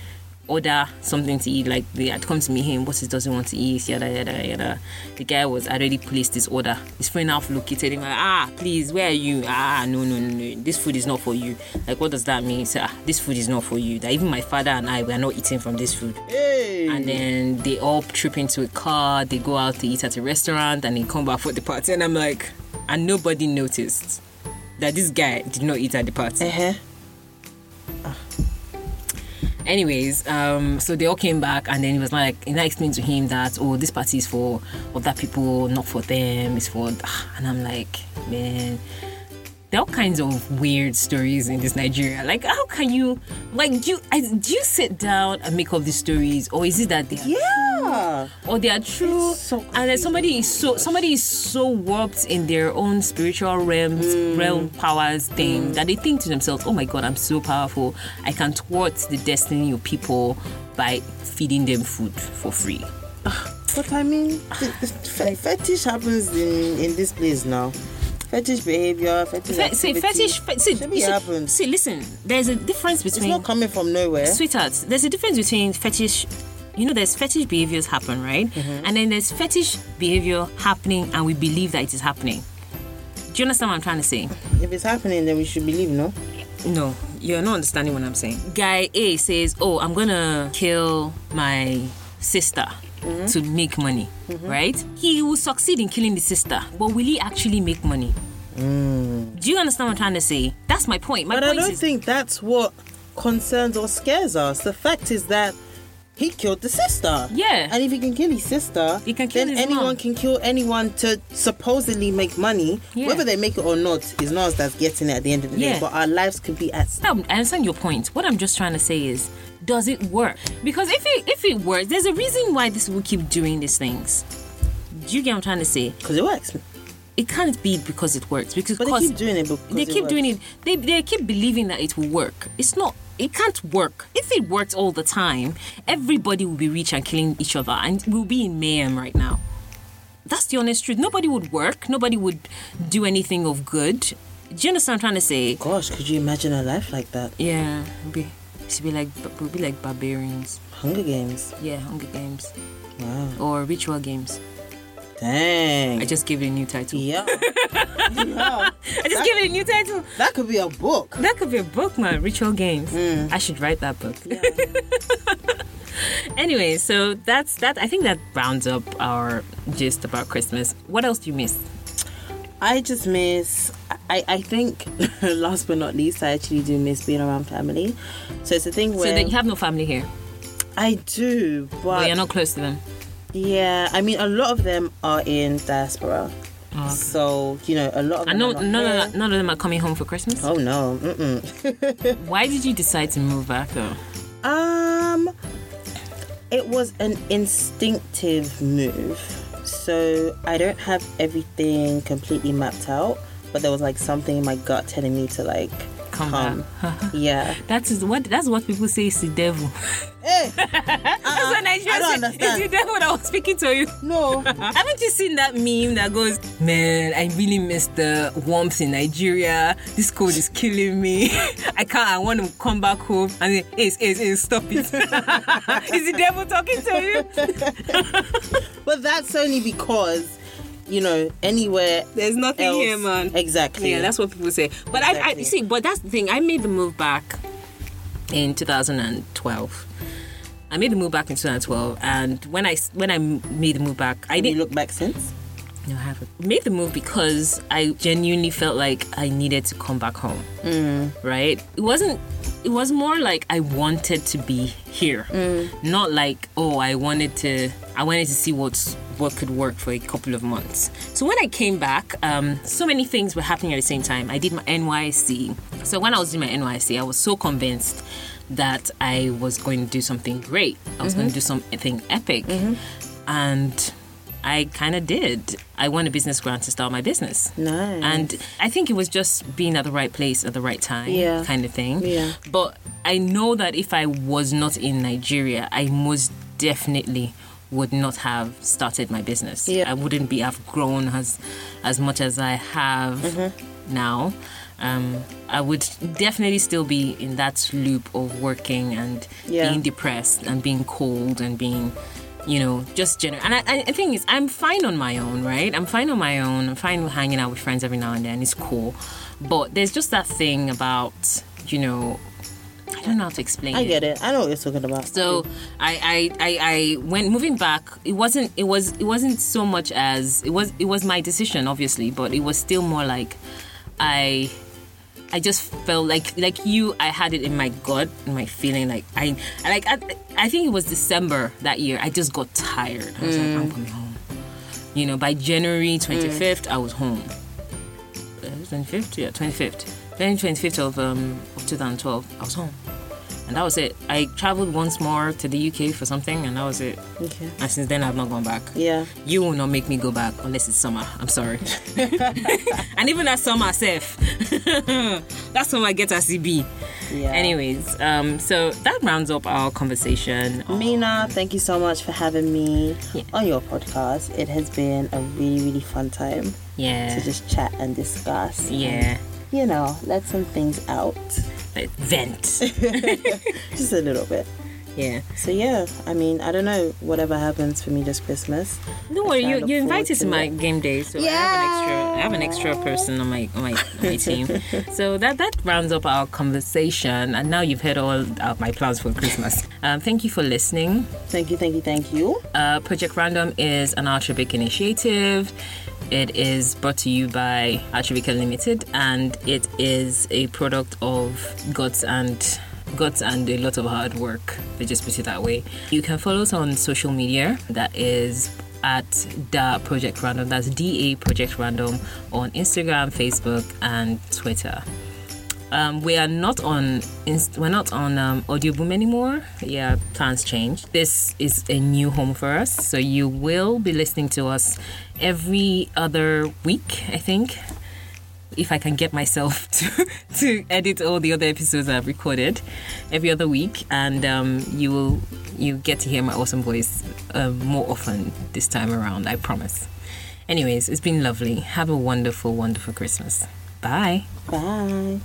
Speaker 2: order something to eat, like they had come to meet him, but he doesn't want to eat, yada yada yada. The guy was already placed his order. His friend now located him like, ah, please, where are you? Ah, no, no, no, no, this food is not for you. Like, what does that mean? He said, ah, this food is not for you. That even my father and I we are not eating from this food
Speaker 3: Hey.
Speaker 2: and then they all trip into a car they go out to eat at a restaurant and they come back for the party and i'm like and nobody noticed that this guy did not eat at the party
Speaker 3: Uh-huh.
Speaker 2: anyways um so they all came back and then it was like and i explained to him that oh this party is for other people not for them it's for *sighs* and i'm like man there are all kinds of weird stories in this Nigeria. Like, how can you, like, do you, I- do you sit down and make up these stories, or is it that they are
Speaker 3: Yeah.
Speaker 2: or they are true
Speaker 3: It's so
Speaker 2: and then somebody is so somebody is so warped in their own spiritual realms
Speaker 3: Mm.
Speaker 2: realm powers thing that they think to themselves oh my god i'm so powerful i can thwart the destiny of people by feeding them food for free
Speaker 3: But I mean, the, the fe- fetish happens in in this place now. Fetish behavior, fetish.
Speaker 2: Fe- say
Speaker 3: activity.
Speaker 2: fetish fe- see,
Speaker 3: Should be
Speaker 2: you see-
Speaker 3: happens.
Speaker 2: see listen there's a difference
Speaker 3: It's
Speaker 2: between
Speaker 3: not coming from nowhere.
Speaker 2: sweetheart there's a difference between fetish you know there's fetish behaviors happen right
Speaker 3: Mm-hmm.
Speaker 2: and then there's fetish behavior happening and we believe that it is happening do you understand what i'm trying to say
Speaker 3: If it's happening, then we should believe, no?
Speaker 2: No, you're not understanding what I'm saying. Guy A says, Oh, I'm gonna kill my sister to make money, right? He will succeed in killing the sister, but will he actually make money? Do you understand what I'm trying to say? That's my point. My
Speaker 3: But I
Speaker 2: point
Speaker 3: don't
Speaker 2: is,
Speaker 3: think that's what concerns or scares us. The fact is that he killed the sister.
Speaker 2: Yeah.
Speaker 3: And if he can kill his sister,
Speaker 2: He can kill
Speaker 3: then
Speaker 2: his
Speaker 3: anyone
Speaker 2: mom.
Speaker 3: can kill anyone to supposedly make money.
Speaker 2: Yeah.
Speaker 3: Whether they make it or not, is not us that's getting it at the end of the
Speaker 2: Yeah.
Speaker 3: day. But our lives could be at stake.
Speaker 2: No, I understand your point. What I'm just trying to say is, does it work? Because if it if it works, there's a reason why this will keep doing these things. Do you get what I'm trying to say?
Speaker 3: Because it works.
Speaker 2: It can't be because it works. Because
Speaker 3: But they keep doing it because
Speaker 2: they
Speaker 3: it
Speaker 2: keep doing
Speaker 3: works.
Speaker 2: it they, they keep believing that it will work it's not it can't work if it worked all the time everybody will be rich and killing each other and we'll be in mayhem right now that's the honest truth nobody would work nobody would do anything of good do you understand what i'm trying to say
Speaker 3: Gosh, could you imagine a life like that?
Speaker 2: yeah it'd be, it'd be like we'll be like barbarians
Speaker 3: Hunger Games.
Speaker 2: yeah hunger games
Speaker 3: Wow.
Speaker 2: or ritual games
Speaker 3: Dang.
Speaker 2: I just gave it a new title.
Speaker 3: *laughs* yeah. yeah.
Speaker 2: I just gave it a new title.
Speaker 3: That could be a book.
Speaker 2: That could be a book, man. Ritual Games.
Speaker 3: Mm.
Speaker 2: I should write that book. *laughs* anyway, so that's that. I think that rounds up our gist about Christmas. What else do you miss?
Speaker 3: I just miss. I, I think *laughs* last but not least, I actually do miss being around family. So it's a thing
Speaker 2: so
Speaker 3: where
Speaker 2: that you have no family here,
Speaker 3: I do, but
Speaker 2: but you're not close to them.
Speaker 3: yeah, I mean a lot of them are in diaspora, so you know a lot of
Speaker 2: Oh, I
Speaker 3: them.
Speaker 2: know
Speaker 3: are not
Speaker 2: none
Speaker 3: here.
Speaker 2: of, none of them are coming home for Christmas.
Speaker 3: Oh no. Mm-mm.
Speaker 2: Why did you decide to move back though?
Speaker 3: Um, it was an instinctive move. So I don't have everything completely mapped out, but there was like something in my gut telling me to like
Speaker 2: Come back.
Speaker 3: *laughs* yeah.
Speaker 2: That is what that's what people say is the devil.
Speaker 3: Hey,
Speaker 2: *laughs*
Speaker 3: Uh-uh.
Speaker 2: That's what Nigerians
Speaker 3: Ah, I don't
Speaker 2: say,
Speaker 3: understand.
Speaker 2: It's the devil that was speaking to you.
Speaker 3: no.
Speaker 2: Haven't you seen that meme that goes, Man, I really miss the warmth in Nigeria. This cold is killing me. *laughs* I can't, I want to come back home. And then, Ace, Ace, Ace, stop it. *laughs* is the devil talking to you?
Speaker 3: But that's only because, you know, anywhere
Speaker 2: There's nothing
Speaker 3: else.
Speaker 2: here, man.
Speaker 3: Exactly.
Speaker 2: Yeah, that's what people say. But I, I
Speaker 3: Exactly.
Speaker 2: you see, but that's the thing. I made the move back in 2012. I made the move back in 2012, and when I s- when I m- made the move back, I
Speaker 3: Have you
Speaker 2: didn't
Speaker 3: looked back since?
Speaker 2: no, I haven't. made the move because I genuinely felt like I needed to come back home. Right? It wasn't. It was more like I wanted to be here, not like oh I wanted to. I wanted to see what's what could work for a couple of months. So when I came back, um, so many things were happening at the same time. I did my NYC. So when I was doing my NYC, I was so convinced that I was going to do something great. I was going to do something epic, and I kind of did. I won a business grant to start my business.
Speaker 3: Nice.
Speaker 2: And I think it was just being at the right place at the right time,
Speaker 3: Yeah.
Speaker 2: kind of thing.
Speaker 3: Yeah.
Speaker 2: But I know that if I was not in Nigeria, I most definitely would not have started my business.
Speaker 3: Yeah.
Speaker 2: I wouldn't be have grown as as much as I have
Speaker 3: Mm-hmm.
Speaker 2: now. Um, I would definitely still be in that loop of working and
Speaker 3: Yeah.
Speaker 2: being depressed and being cold and being you know just general and I, I the thing is i'm fine on my own right i'm fine on my own i'm fine with hanging out with friends every now and then it's cool but there's just that thing about you know i don't know how to explain
Speaker 3: I
Speaker 2: it
Speaker 3: get it. I know what you're talking about.
Speaker 2: so I, I I I went moving back. It wasn't it was it wasn't so much as it was it was my decision obviously, but it was still more like I I just felt like like you I had it in my gut, in my feeling like I I like I, I think it was December that year. I just got tired. I was like I'm coming home. You know, by
Speaker 3: Mm.
Speaker 2: January 25th I was home. Uh, 25th, yeah, 25th. Then 25th of um of 2012 I was home and that was it. I traveled once more to the UK for something, and that was it.
Speaker 3: Okay.
Speaker 2: And since then, I've not gone back.
Speaker 3: Yeah.
Speaker 2: You will not make me go back unless it's summer. I'm sorry. *laughs* and even that summer, *laughs* self. that's when I get a CB.
Speaker 3: Yeah.
Speaker 2: Anyways, um, so that rounds up our conversation.
Speaker 3: Mina, thank you so much for having me
Speaker 2: Yeah.
Speaker 3: on your podcast. It has been a really, really fun time
Speaker 2: Yeah.
Speaker 3: to just chat and discuss.
Speaker 2: Yeah.
Speaker 3: You know, let some things out.
Speaker 2: Like, Vent.
Speaker 3: *laughs* Just a little bit.
Speaker 2: yeah.
Speaker 3: So yeah, I mean, I don't know whatever happens for me this Christmas.
Speaker 2: Don't worry,
Speaker 3: I
Speaker 2: you
Speaker 3: look
Speaker 2: you're
Speaker 3: forward
Speaker 2: invited to
Speaker 3: to
Speaker 2: my
Speaker 3: it.
Speaker 2: game day, so I have an extra I have an extra person on my on my, on my
Speaker 3: *laughs*
Speaker 2: team. so that that rounds up our conversation, and now you've heard all of my plans for Christmas. Um, thank you for listening.
Speaker 3: Thank you, thank you, thank you.
Speaker 2: Uh, Project Random is an Archivic initiative. It is brought to you by Archivica Limited, and it is a product of guts and guts and a lot of hard work. They just put it that way. You can follow us on social media. That is at da project random. That's da project random on Instagram, Facebook, and Twitter. Um, we are not on inst- we're not on um, audio boom anymore yeah plans changed this is a new home for us so you will be listening to us every other week i think if i can get myself *laughs* to, to edit all the other episodes i've recorded every other week and um, you will you get to hear my awesome voice uh, more often this time around i promise anyways it's been lovely have a wonderful wonderful christmas bye
Speaker 3: Bye.